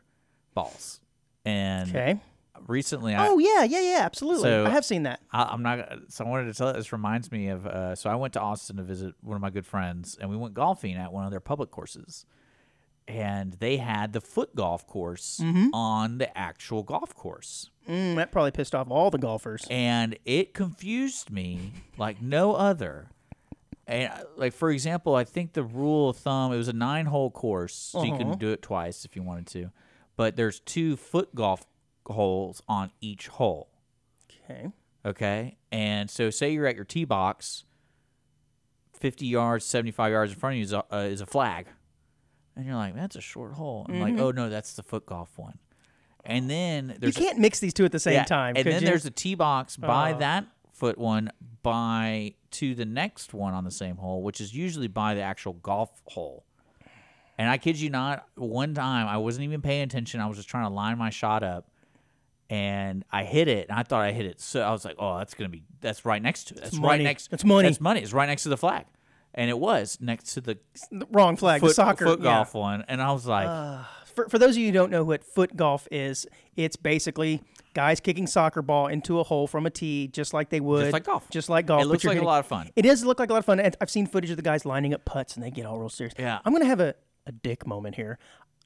Speaker 2: balls, and
Speaker 1: okay.
Speaker 2: recently I,
Speaker 1: Oh yeah, yeah, yeah. Absolutely.
Speaker 2: So-
Speaker 1: I have seen that.
Speaker 2: I I'm not so I wanted to tell you, this reminds me of uh, so I went to Austin to visit one of my good friends, and we went golfing at one of their public courses, and they had the foot golf course on the actual golf course.
Speaker 1: Mm, that probably pissed off all the golfers.
Speaker 2: and it confused me like no other. And uh, like for example, I think the rule of thumb it was a nine hole course, so you can do it twice if you wanted to, but there's two foot golf holes on each hole.
Speaker 1: Okay.
Speaker 2: Okay, and so say you're at your tee box, fifty yards, seventy five yards in front of you is a, uh, is a flag, and you're like, that's a short hole. I'm like, oh no, that's the foot golf one. And then
Speaker 1: You
Speaker 2: there's
Speaker 1: can't mix these two at the same
Speaker 2: yeah,
Speaker 1: time.
Speaker 2: And
Speaker 1: could
Speaker 2: then
Speaker 1: you? Uh.
Speaker 2: there's a tee box by that foot one by to the next one on the same hole, which is usually by the actual golf hole. And I kid you not, one time I wasn't even paying attention. I was just trying to line my shot up. And I hit it, and I thought I hit it. So I was like, "Oh, that's gonna be that's right next to it. That's right
Speaker 1: money.
Speaker 2: next.
Speaker 1: That's money."
Speaker 2: That's money. It's right next to the flag." And it was next to the
Speaker 1: the wrong flag, the
Speaker 2: foot,
Speaker 1: soccer
Speaker 2: foot
Speaker 1: yeah. Uh.
Speaker 2: golf one. And I was like,
Speaker 1: For, for those of you who don't know what foot golf is, it's basically guys kicking soccer ball into a hole from a tee, just like they would,
Speaker 2: like golf.
Speaker 1: just like golf.
Speaker 2: "It
Speaker 1: Oh, but
Speaker 2: looks
Speaker 1: you're
Speaker 2: like a
Speaker 1: hitting-
Speaker 2: lot of fun."
Speaker 1: It does look like a lot of fun. And I've seen footage of the guys lining up putts, and they get all real serious.
Speaker 2: Yeah.
Speaker 1: I'm gonna have a, a dick moment here.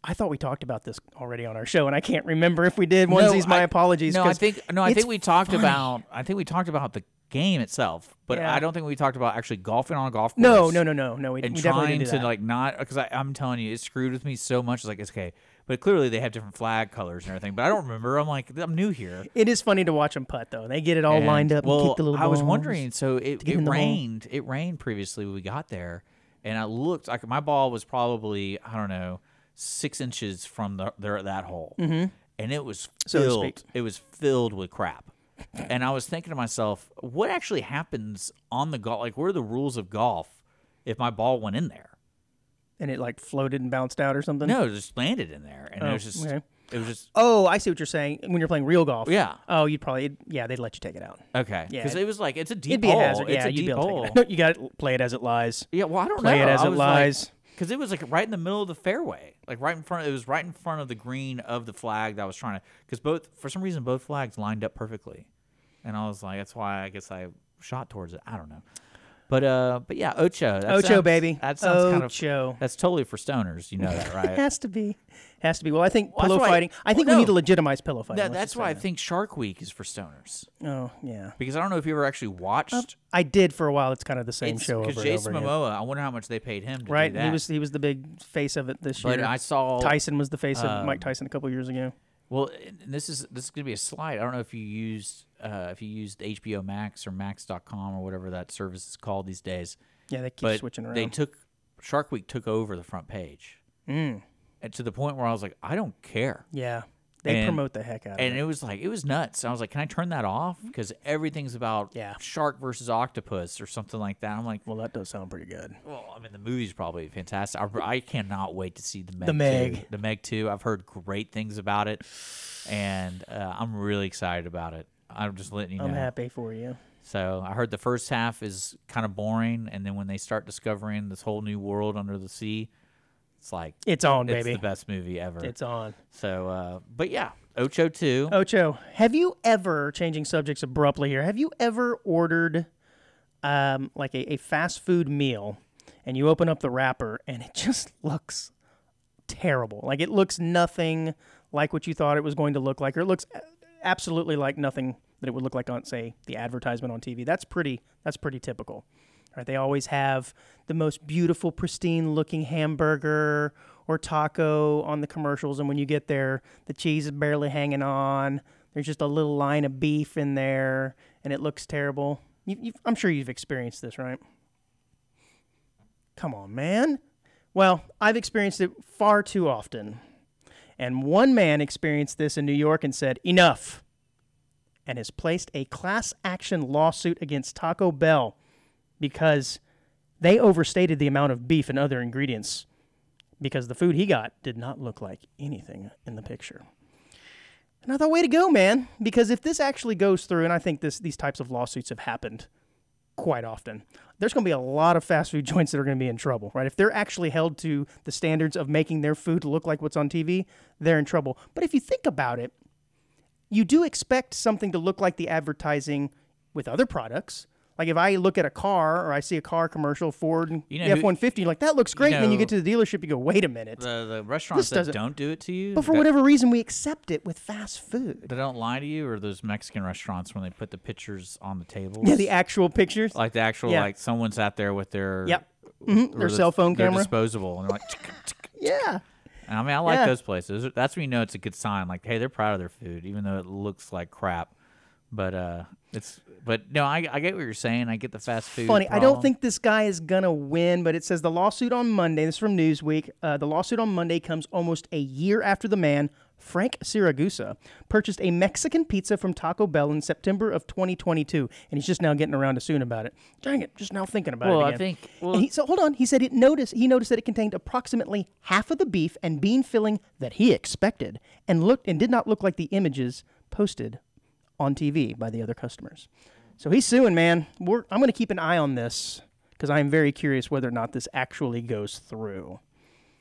Speaker 1: I thought we talked about this already on our show, and I can't remember if we did. Onesies, my
Speaker 2: I-
Speaker 1: apologies.
Speaker 2: No, I
Speaker 1: 'cause
Speaker 2: think no, I
Speaker 1: it's
Speaker 2: think we talked
Speaker 1: funny.
Speaker 2: about I think we talked about the game itself, but
Speaker 1: Yeah.
Speaker 2: I don't think we talked about actually golfing on a golf course.
Speaker 1: No, no, no, no, no. We,
Speaker 2: And
Speaker 1: we definitely
Speaker 2: trying
Speaker 1: didn't do
Speaker 2: to
Speaker 1: that.
Speaker 2: like not because I'm telling you, it screwed with me so much. It's like it's okay, but clearly they have different flag colors and everything. But I don't remember. I'm like I'm new here.
Speaker 1: it is funny to watch them putt though. They get it all
Speaker 2: And,
Speaker 1: lined up.
Speaker 2: Well,
Speaker 1: and kick the little
Speaker 2: I was
Speaker 1: balls.
Speaker 2: wondering. So it, it
Speaker 1: in the ball.
Speaker 2: rained. It rained previously when we got there, and I looked. Like my ball was probably I don't know six inches from the, their, that hole, and it was
Speaker 1: Mm-hmm. So to
Speaker 2: filled.
Speaker 1: speak.
Speaker 2: it was filled with crap. And I was thinking to myself, what actually happens on the golf? Like, what are the rules of golf if my ball went in there?
Speaker 1: and it like floated and bounced out or something.
Speaker 2: No, it just landed in there, and it
Speaker 1: Oh,
Speaker 2: was just,
Speaker 1: okay.
Speaker 2: it was just,
Speaker 1: Oh, I see what you're saying. When you're playing real golf.
Speaker 2: Yeah.
Speaker 1: Oh, you'd probably yeah they'd let you take it out.
Speaker 2: okay,
Speaker 1: Yeah,
Speaker 2: because
Speaker 1: it-
Speaker 2: it was like it's a deep
Speaker 1: It'd be
Speaker 2: hole.
Speaker 1: a hazard.
Speaker 2: It's
Speaker 1: yeah,
Speaker 2: a
Speaker 1: you'd
Speaker 2: deep
Speaker 1: be able
Speaker 2: hole.
Speaker 1: to take it out. No, you got to play it as it lies.
Speaker 2: Yeah, well, I don't
Speaker 1: Play
Speaker 2: know.
Speaker 1: it as it lies.
Speaker 2: Because it was like right in the middle of the fairway, like right in front. It was right in front of the green of the flag that I was trying to. Because both, for some reason, both flags lined up perfectly, and I was like, that's why I guess I shot towards it. I don't know, but uh, but yeah, ocho, that
Speaker 1: Ocho
Speaker 2: sounds-
Speaker 1: baby.
Speaker 2: That sounds kind of
Speaker 1: Ocho.
Speaker 2: That's totally for stoners, you know that, right?
Speaker 1: Has to be, has to be. Well, I think
Speaker 2: that's
Speaker 1: pillow
Speaker 2: why-
Speaker 1: fighting. I think
Speaker 2: well,
Speaker 1: we need
Speaker 2: no.
Speaker 1: to legitimize pillow fighting.
Speaker 2: That,
Speaker 1: let's
Speaker 2: that's
Speaker 1: just
Speaker 2: why I
Speaker 1: say
Speaker 2: think Shark Week is for stoners
Speaker 1: that. Oh yeah,
Speaker 2: because I don't know if you ever actually watched.
Speaker 1: I did for a while. It's kind of the same
Speaker 2: It's
Speaker 1: show over
Speaker 2: because
Speaker 1: and
Speaker 2: Jason
Speaker 1: over again.
Speaker 2: Momoa. I wonder how much they paid him to
Speaker 1: Right,
Speaker 2: do
Speaker 1: and
Speaker 2: that.
Speaker 1: he was he was the big face of it this
Speaker 2: but
Speaker 1: year.
Speaker 2: I saw um,
Speaker 1: Tyson was the face of Mike Tyson a couple years ago.
Speaker 2: Well, and and this is this is gonna be a slide. I don't know if you used uh, if you used HBO Max or Max.com or whatever that service is called these days.
Speaker 1: Yeah, they keep
Speaker 2: But
Speaker 1: switching around.
Speaker 2: they took Shark Week took over the front page,
Speaker 1: Mm.
Speaker 2: and to the point where I was like, I don't care.
Speaker 1: yeah, they
Speaker 2: and-
Speaker 1: promote the heck out of it.
Speaker 2: And it was like it was nuts. I was like, can I turn that off? Because everything's about
Speaker 1: Mm. Yeah.
Speaker 2: shark versus octopus or something like that. I'm like,
Speaker 1: Well, that does sound pretty good.
Speaker 2: well, I mean, the movie's probably fantastic. I, I cannot wait to see the Meg.
Speaker 1: The Meg.
Speaker 2: 2. The Meg Two. I've heard great things about it, and uh, I'm really excited about it. I'm just letting you
Speaker 1: I'm
Speaker 2: know.
Speaker 1: happy for you.
Speaker 2: So I heard the first half is kind of boring, and then when they start discovering this whole new world under the sea, it's like
Speaker 1: It's on,
Speaker 2: it's
Speaker 1: baby.
Speaker 2: the best movie ever.
Speaker 1: It's Oh. on.
Speaker 2: so, uh, but yeah, Ocho Two.
Speaker 1: Ocho, have you ever, changing subjects abruptly here, have you ever ordered um, like a, a fast food meal and you open up the wrapper and it just looks terrible? Like it looks nothing like what you thought it was going to look like, or it looks a- absolutely like nothing that it would look like on, say, the advertisement on TV. That's pretty, that's pretty typical. Right? They always have the most beautiful, pristine looking hamburger or taco on the commercials. And when you get there, the cheese is barely hanging on. There's just a little line of beef in there and it looks terrible. You, you've, I'm sure you've experienced this, right? Come on, man. Well, I've experienced it far too often. And one man experienced this in New York and said, Enough! And has placed a class action lawsuit against Taco Bell because they overstated the amount of beef and other ingredients because the food he got did not look like anything in the picture. And I thought, way to go, man! Because if this actually goes through, and I think this these types of lawsuits have happened quite often, there's going to be a lot of fast food joints that are going to be in trouble, right? If they're actually held to the standards of making their food look like what's on TV, they're in trouble. But if you think about it, you do expect something to look like the advertising with other products. Like if I look at a car or I see a car commercial, Ford, and
Speaker 2: You know
Speaker 1: the
Speaker 2: who-
Speaker 1: F one fifty, like that looks great. and then you
Speaker 2: know-
Speaker 1: get to the dealership, you go, wait a minute.
Speaker 2: The the restaurants that
Speaker 1: doesn't-
Speaker 2: don't do it to you,
Speaker 1: But for
Speaker 2: that-
Speaker 1: whatever reason, we accept it with fast food.
Speaker 2: They don't lie to you, or those Mexican restaurants when they put the pictures on the tables.
Speaker 1: Yeah, the actual pictures.
Speaker 2: like the actual
Speaker 1: Yeah.
Speaker 2: like someone's out there with their
Speaker 1: Yep. Mm-hmm.
Speaker 2: with-
Speaker 1: Their
Speaker 2: or
Speaker 1: cell phone
Speaker 2: their
Speaker 1: camera.
Speaker 2: disposable, and they're like. "Tsk, tsk."
Speaker 1: Yeah.
Speaker 2: And I mean, I like
Speaker 1: Yeah.
Speaker 2: those places. Those are- That's when you know it's a good sign. Like, hey, they're proud of their food, even though it looks like crap. But uh, it's but no, I, I get what you're saying. I get the fast food.
Speaker 1: Funny. I don't
Speaker 2: problem.
Speaker 1: think this guy is going to win, but it says the lawsuit on Monday, this is from Newsweek. Uh, the lawsuit on Monday comes almost a year after the man, Frank Siragusa, purchased a Mexican pizza from Taco Bell in September of 2022. And he's just now getting around to soon about it. Dang it. Just now thinking about
Speaker 2: Well,
Speaker 1: it.
Speaker 2: I
Speaker 1: again.
Speaker 2: think-
Speaker 1: And
Speaker 2: well-
Speaker 1: he- so hold on. He said it noticed, he noticed that it contained approximately half of the beef and bean filling that he expected and looked and did not look like the images posted on TV by the other customers. So he's suing, man. We're, I'm going to keep an eye on this because I am very curious whether or not this actually goes through.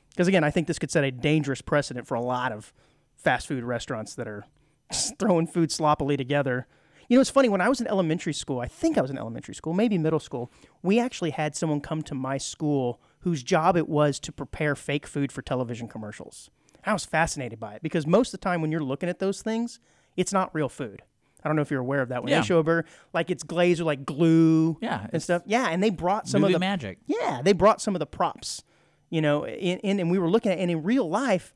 Speaker 1: Because again, I think this could set a dangerous precedent for a lot of fast food restaurants that are just throwing food sloppily together. You know, it's funny. When I was in elementary school, I think I was in elementary school, maybe middle school. We actually had someone come to my school whose job it was to prepare fake food for television commercials. I was fascinated by it because most of the time when you're looking at those things, it's not real food. I don't know if you're aware of that. When
Speaker 2: Yeah.
Speaker 1: they show a burger, like it's glazed with like glue
Speaker 2: Yeah,
Speaker 1: and
Speaker 2: it's
Speaker 1: stuff. Yeah, and they brought some
Speaker 2: movie
Speaker 1: of the
Speaker 2: magic.
Speaker 1: yeah, they brought some of the props, you know, in, in and we were looking at and in real life,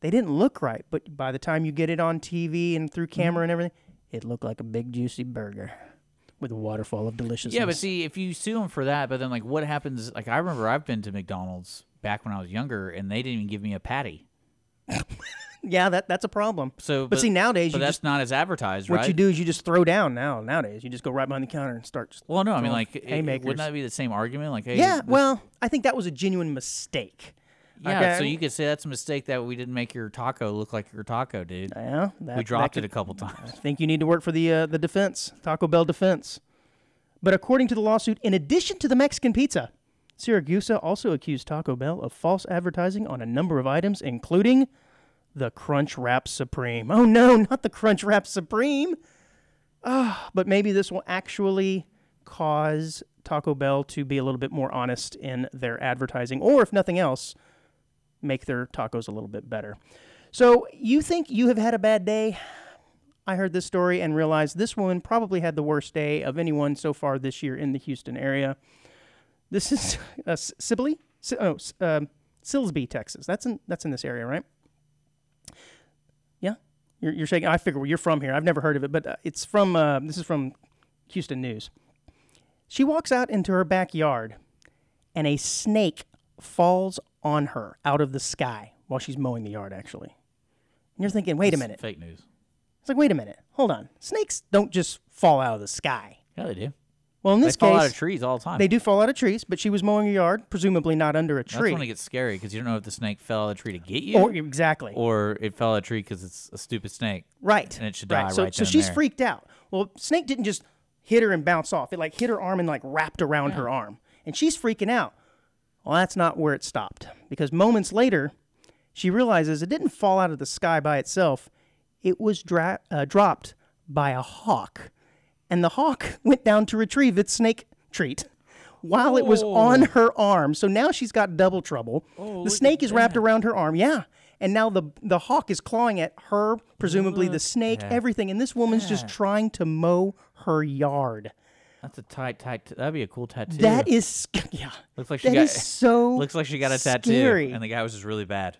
Speaker 1: they didn't look right. But by the time you get it on TV and
Speaker 2: Mm-hmm.
Speaker 1: through camera and everything, it looked like a big juicy burger with a waterfall of deliciousness.
Speaker 2: Yeah, but see, if you sue them for that, but then like, what happens? Like, I remember I've been to McDonald's back when I was younger, and they didn't even give me a patty.
Speaker 1: Yeah, that that's a problem.
Speaker 2: So,
Speaker 1: but, see nowadays
Speaker 2: but
Speaker 1: you
Speaker 2: that's
Speaker 1: just
Speaker 2: not as advertised,
Speaker 1: what
Speaker 2: right?
Speaker 1: you do is you just throw down now. Nowadays you just go right behind the counter and start. Just,
Speaker 2: Well, no, I mean,
Speaker 1: Well,
Speaker 2: like, it- wouldn't
Speaker 1: Oh, haymakers.
Speaker 2: that be the same argument? Like, hey,
Speaker 1: yeah,
Speaker 2: this-
Speaker 1: well, I think that was a genuine mistake.
Speaker 2: yeah.
Speaker 1: okay.
Speaker 2: So you could say that's a mistake that we didn't make your taco look like your taco, dude.
Speaker 1: Yeah, that,
Speaker 2: we dropped
Speaker 1: that
Speaker 2: it a couple times.
Speaker 1: I think you need to work for the uh, the defense, Taco Bell defense. But according to the lawsuit, in addition to the Mexican pizza, Siragusa also accused Taco Bell of false advertising on a number of items, including the Crunch Wrap Supreme. Oh no, not the Crunch Wrap Supreme! Ah, but maybe this will actually cause Taco Bell to be a little bit more honest in their advertising, or if nothing else, make their tacos a little bit better. So, you think you have had a bad day? I heard this story and realized this woman probably had the worst day of anyone so far this year in the Houston area. This is uh, S- Sibley, Si- oh, S- um, Silsbee, Texas. That's in that's in this area, right? Yeah, you're, you're shaking. I figure well, you're from here. I've never heard of it, but uh, it's from uh, this is from Houston News. She walks out into her backyard, and a snake falls on her out of the sky while she's mowing the yard. Actually, and you're thinking, wait a minute.
Speaker 2: Fake news.
Speaker 1: It's like, wait a minute, hold on. Snakes don't just fall out of the sky.
Speaker 2: Yeah, they do.
Speaker 1: Well, in
Speaker 2: They
Speaker 1: this
Speaker 2: fall out
Speaker 1: case,
Speaker 2: of trees all the time.
Speaker 1: they do fall out of trees, but she was mowing her yard, presumably not under a
Speaker 2: That's
Speaker 1: tree.
Speaker 2: when it gets scary because you don't know if the snake fell out of the tree to get you,
Speaker 1: or
Speaker 2: or,
Speaker 1: exactly
Speaker 2: it fell out of the tree because it's a stupid snake.
Speaker 1: right,
Speaker 2: and it should die
Speaker 1: right. So,
Speaker 2: right
Speaker 1: so
Speaker 2: then and
Speaker 1: she's
Speaker 2: there.
Speaker 1: freaked out. Well, snake didn't just hit her and bounce off. It like hit her arm and like wrapped around her arm, and she's freaking out. Well, that's not where it stopped because moments later, she realizes it didn't fall out of the sky by itself. It was dra- uh, dropped by a hawk, and the hawk went down to retrieve its snake treat while it was on her arm. So now she's got double trouble.
Speaker 2: Oh,
Speaker 1: the snake is wrapped around her arm. Yeah. And now the the hawk is clawing at her, presumably the snake, everything. And this woman's just trying to mow her yard.
Speaker 2: That's a tight, tight. That'd be a cool tattoo.
Speaker 1: That is sc- yeah.
Speaker 2: looks like she
Speaker 1: That
Speaker 2: got.
Speaker 1: is so
Speaker 2: looks like she got a tattoo,
Speaker 1: scary.
Speaker 2: and the guy was just really bad.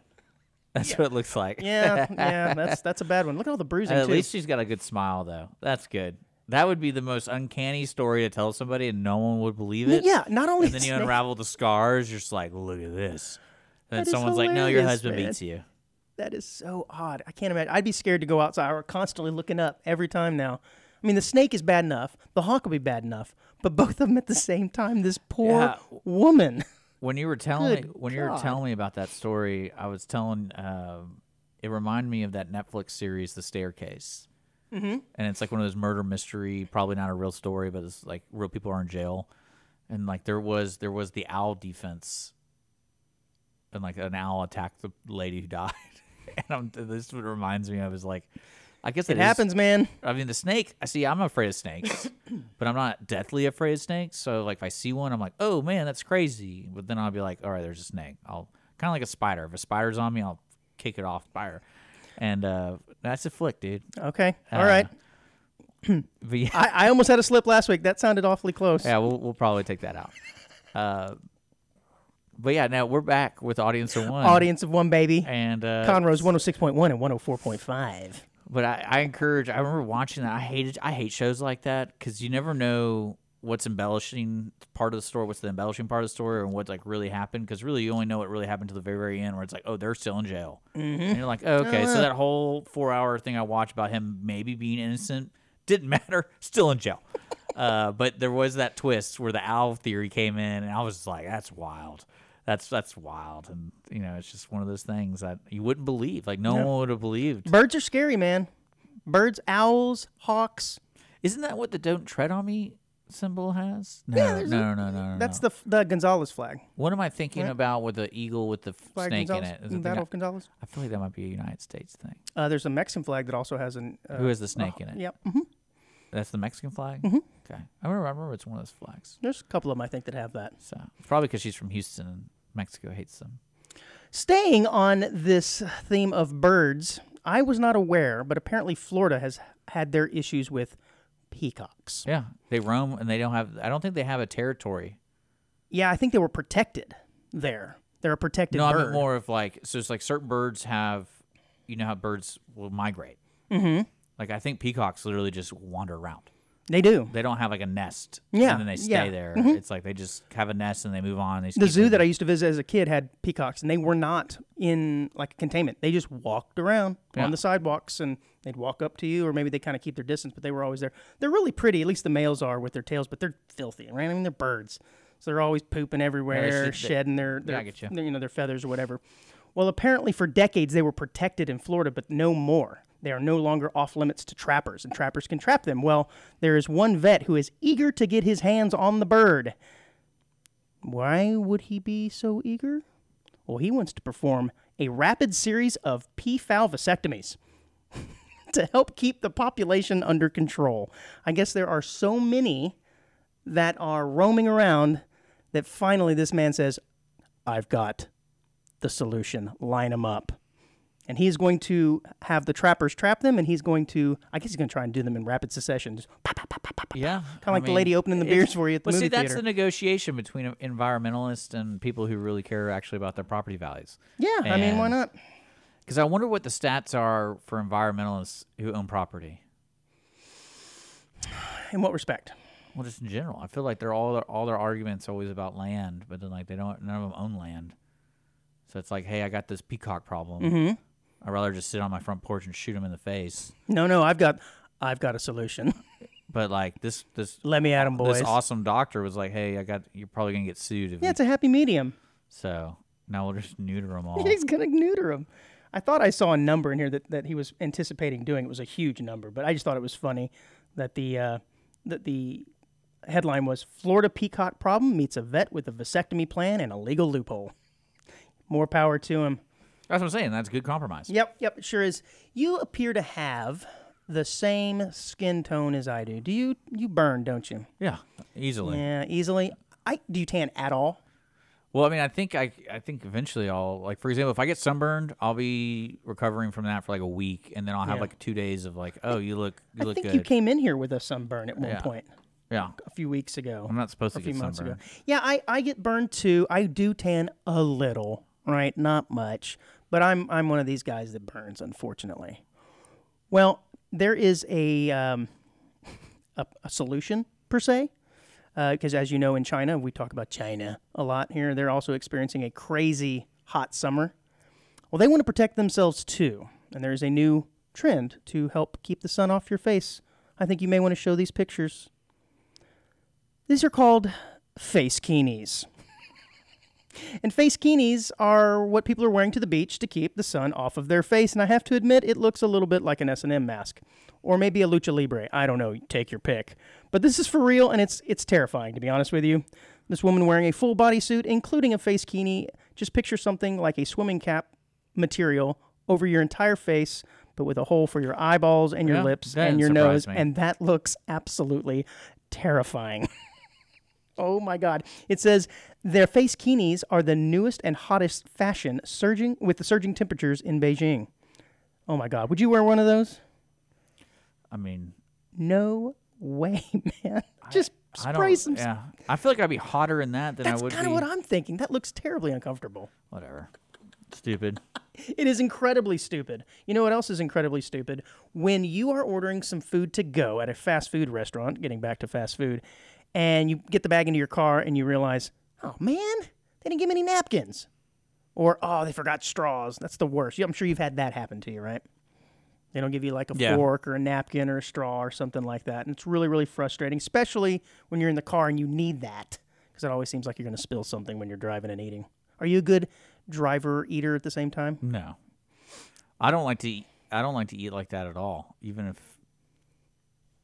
Speaker 2: That's what it looks like.
Speaker 1: yeah, yeah, that's that's a bad one. Look at all the bruising
Speaker 2: At
Speaker 1: too.
Speaker 2: least she's got a good smile, though. That's good. That would be the most uncanny story to tell somebody, and no one would believe it.
Speaker 1: yeah, not only
Speaker 2: And then
Speaker 1: the
Speaker 2: you
Speaker 1: snake-
Speaker 2: unravel the scars. You're just like, look at this. And then
Speaker 1: That is
Speaker 2: someone's like, no, your
Speaker 1: hilarious,
Speaker 2: husband
Speaker 1: man.
Speaker 2: beats you.
Speaker 1: That is so odd. I can't imagine. I'd be scared to go outside. We're constantly looking up every time now. I mean, the snake is bad enough. The hawk will be bad enough. But both of them at the same time. This poor
Speaker 2: Yeah.
Speaker 1: woman.
Speaker 2: When you were telling
Speaker 1: Good
Speaker 2: when you were
Speaker 1: God.
Speaker 2: telling me about that story, I was telling. Um, it reminded me of that Netflix series, The Staircase. Mm-hmm. And it's like one of those murder mystery, probably not a real story, but it's like real people are in jail, and like there was there was the owl defense, and like an owl attacked the lady who died. and I'm, this what it reminds me of is like, I guess
Speaker 1: It
Speaker 2: is-
Speaker 1: happens, man.
Speaker 2: I mean, the snake. I see. I'm afraid of snakes, but I'm not deathly afraid of snakes. So, like, if I see one, I'm like, "Oh man, that's crazy." But then I'll be like, "All right, there's a snake." I'll kind of like a spider. If a spider's on me, I'll kick it off spider. And uh, that's a flick, dude.
Speaker 1: Okay. All right.
Speaker 2: But yeah,
Speaker 1: I, I almost had a slip last week. That sounded awfully close.
Speaker 2: yeah, we'll, we'll probably take that out. Uh, but yeah, now we're back with audience of one.
Speaker 1: Audience of one, baby.
Speaker 2: and uh,
Speaker 1: Conroe's 106.1 and 104.5.
Speaker 2: But I, I encourage. I remember watching that. I hated. I hate shows like that because you never know what's embellishing part of the story, what's the embellishing part of the story, and what's like really happened. Because really, you only know what really happened to the very, very end, where it's like, oh, they're still in jail, and you're like, oh, okay, so that whole four-hour thing I watched about him maybe being innocent didn't matter. Still in jail. Uh, but there was that twist where the owl theory came in, and I was just like, "That's wild. That's that's wild." And you know, it's just one of those things that you wouldn't believe. Like no. one would have believed.
Speaker 1: Birds are scary, man. Birds, owls, hawks.
Speaker 2: Isn't that what the "Don't Tread on Me" symbol has? No, no, no, no, no, no.
Speaker 1: That's the the Gonzalez flag.
Speaker 2: what am I thinking about with the eagle with the f-
Speaker 1: Flag
Speaker 2: snake in
Speaker 1: Gonzalez.
Speaker 2: it? Is it the
Speaker 1: Battle
Speaker 2: guy-
Speaker 1: of Gonzalez.
Speaker 2: I feel like that might be a United States thing.
Speaker 1: Uh, there's a Mexican flag that also has an. Uh,
Speaker 2: Who has the snake in it?
Speaker 1: Yep. hmm
Speaker 2: That's the Mexican flag. Mm-hmm. Okay, I remember. I remember it's one of those flags.
Speaker 1: There's a couple of them I think that have that.
Speaker 2: So it's probably because she's from Houston and Mexico hates them.
Speaker 1: Staying on this theme of birds, I was not aware, but apparently Florida has had their issues with peacocks.
Speaker 2: Yeah, they roam and they don't have. I don't think they have a territory.
Speaker 1: Yeah, I think they were protected there. They're a protected
Speaker 2: No, I
Speaker 1: bird.
Speaker 2: mean more of like so. It's like certain birds have, you know, how birds will migrate. Mm-hmm. Like I think peacocks literally just wander around.
Speaker 1: They do.
Speaker 2: They don't have like a nest.
Speaker 1: Yeah,
Speaker 2: And then they stay
Speaker 1: yeah. Mm-hmm.
Speaker 2: there. It's like they just have a nest and they move on. They just
Speaker 1: The
Speaker 2: keep
Speaker 1: zoo that
Speaker 2: moving.
Speaker 1: I used to visit as a kid had peacocks, and they were not in like a containment. They just walked around
Speaker 2: Yeah.
Speaker 1: on the sidewalks, and they'd walk up to you, or maybe they kind of keep their distance, but they were always there. They're really pretty, at least the males are with their tails, but they're filthy, right? I mean, they're birds, so they're always pooping
Speaker 2: should-
Speaker 1: everywhere,
Speaker 2: they-
Speaker 1: shedding their, their,
Speaker 2: I get you.
Speaker 1: their, you know their feathers or whatever. Well, apparently for decades they were protected in Florida, but no more. They are no longer off limits to trappers, and trappers can trap them. Well, there is one vet who is eager to get his hands on the bird. Why would he be so eager? Well, he wants to perform a rapid series of P. fowl vasectomies to help keep the population under control. I guess there are so many that are roaming around that finally this man says, I've got the solution. Line them up. And he's going to have the trappers trap them, and he's going to, I guess he's going to try and do them in rapid succession. Just pop, pop, pop, pop, pop.
Speaker 2: Yeah.
Speaker 1: Kind of like the lady opening the beers for you at the
Speaker 2: But
Speaker 1: movie
Speaker 2: see, that's
Speaker 1: theater.
Speaker 2: the negotiation between environmentalists and people who really care actually about their property values.
Speaker 1: yeah, I mean, why
Speaker 2: And-
Speaker 1: not?
Speaker 2: Because I wonder what the stats are for environmentalists who own property.
Speaker 1: In what respect?
Speaker 2: Well, just in general, I feel like they're all their, all their arguments are always about land, but then like they don't none of them own land. So it's like, hey, I got this peacock problem.
Speaker 1: Mm-hmm.
Speaker 2: I'd rather just sit on my front porch and shoot him in the face.
Speaker 1: No, no, I've got, I've got a solution.
Speaker 2: But like this this
Speaker 1: Let me at 'em, boys.
Speaker 2: this awesome doctor was like, hey, I got you're probably gonna get sued. If
Speaker 1: Yeah,
Speaker 2: you-"
Speaker 1: it's a happy medium.
Speaker 2: So now we'll just neuter them all.
Speaker 1: He's gonna neuter him. I thought I saw a number in here that, that he was anticipating doing. It was a huge number, but I just thought it was funny that the uh, that the headline was Florida peacock problem meets a vet with a vasectomy plan and a legal loophole. More power to him.
Speaker 2: That's what I'm saying. That's good compromise.
Speaker 1: Yep, yep, it sure is. You appear to have the same skin tone as I do. Do you you burn, don't you?
Speaker 2: Yeah, easily.
Speaker 1: Yeah, easily. I do you tan at all?
Speaker 2: Well, I mean, I think I, I think eventually I'll like, for example, if I get sunburned, I'll be recovering from that for like a week, and then I'll have
Speaker 1: Yeah.
Speaker 2: like two days of like, oh, you look, you
Speaker 1: I
Speaker 2: look
Speaker 1: think
Speaker 2: good.
Speaker 1: you came in here with a sunburn at one
Speaker 2: Yeah.
Speaker 1: point
Speaker 2: yeah,
Speaker 1: a few weeks ago.
Speaker 2: I'm not supposed to
Speaker 1: a few
Speaker 2: get
Speaker 1: months
Speaker 2: sunburned.
Speaker 1: ago. Yeah, I, I get burned too. I do tan a little, right? Not much, but I'm I'm one of these guys that burns, unfortunately. Well, there is a um, a, a solution per se, because as you know, in China, we talk about China a lot here. They're also experiencing a crazy hot summer. Well, they want to protect themselves too, and there is a new trend to help keep the sun off your face. I think you may want to show these pictures. These are called face kinis. and face kinis are what people are wearing to the beach to keep the sun off of their face. And I have to admit, it looks a little bit like an S&M mask, or maybe a lucha libre. I don't know. Take your pick. But this is for real, and it's it's terrifying to be honest with you. This woman wearing a full bodysuit, including a face kini. Just picture something like a swimming cap material over your entire face, but with a hole for your eyeballs and your
Speaker 2: Yeah,
Speaker 1: lips
Speaker 2: that
Speaker 1: and
Speaker 2: didn't
Speaker 1: your
Speaker 2: surprise
Speaker 1: nose,
Speaker 2: me.
Speaker 1: and that looks absolutely terrifying. Oh my God. It says their face kinis are the newest and hottest fashion surging with the surging temperatures in Beijing. Oh my God. Would you wear one of those?
Speaker 2: I mean,
Speaker 1: No way, man. Just
Speaker 2: I
Speaker 1: spray
Speaker 2: don't.
Speaker 1: some.
Speaker 2: Yeah, I feel like I'd be hotter in that than
Speaker 1: That's
Speaker 2: I would
Speaker 1: kind
Speaker 2: be.
Speaker 1: of what I'm thinking. That looks terribly uncomfortable.
Speaker 2: Whatever. Stupid.
Speaker 1: It is incredibly stupid. You know what else is incredibly stupid? When you are ordering some food to go at a fast food restaurant, getting back to fast food, and you get the bag into your car and you realize, oh man, they didn't give me any napkins. Or, oh, they forgot straws. That's the worst. Yeah, I'm sure you've had that happen to you, right? They don't give you like a
Speaker 2: Yeah.
Speaker 1: fork or a napkin or a straw or something like that. And it's really, really frustrating, especially when you're in the car and you need that because it always seems like you're going to spill something when you're driving and eating. Are you a good driver eater at the same time?
Speaker 2: No, I don't like to. Eat, I don't like to eat like that at all. Even if,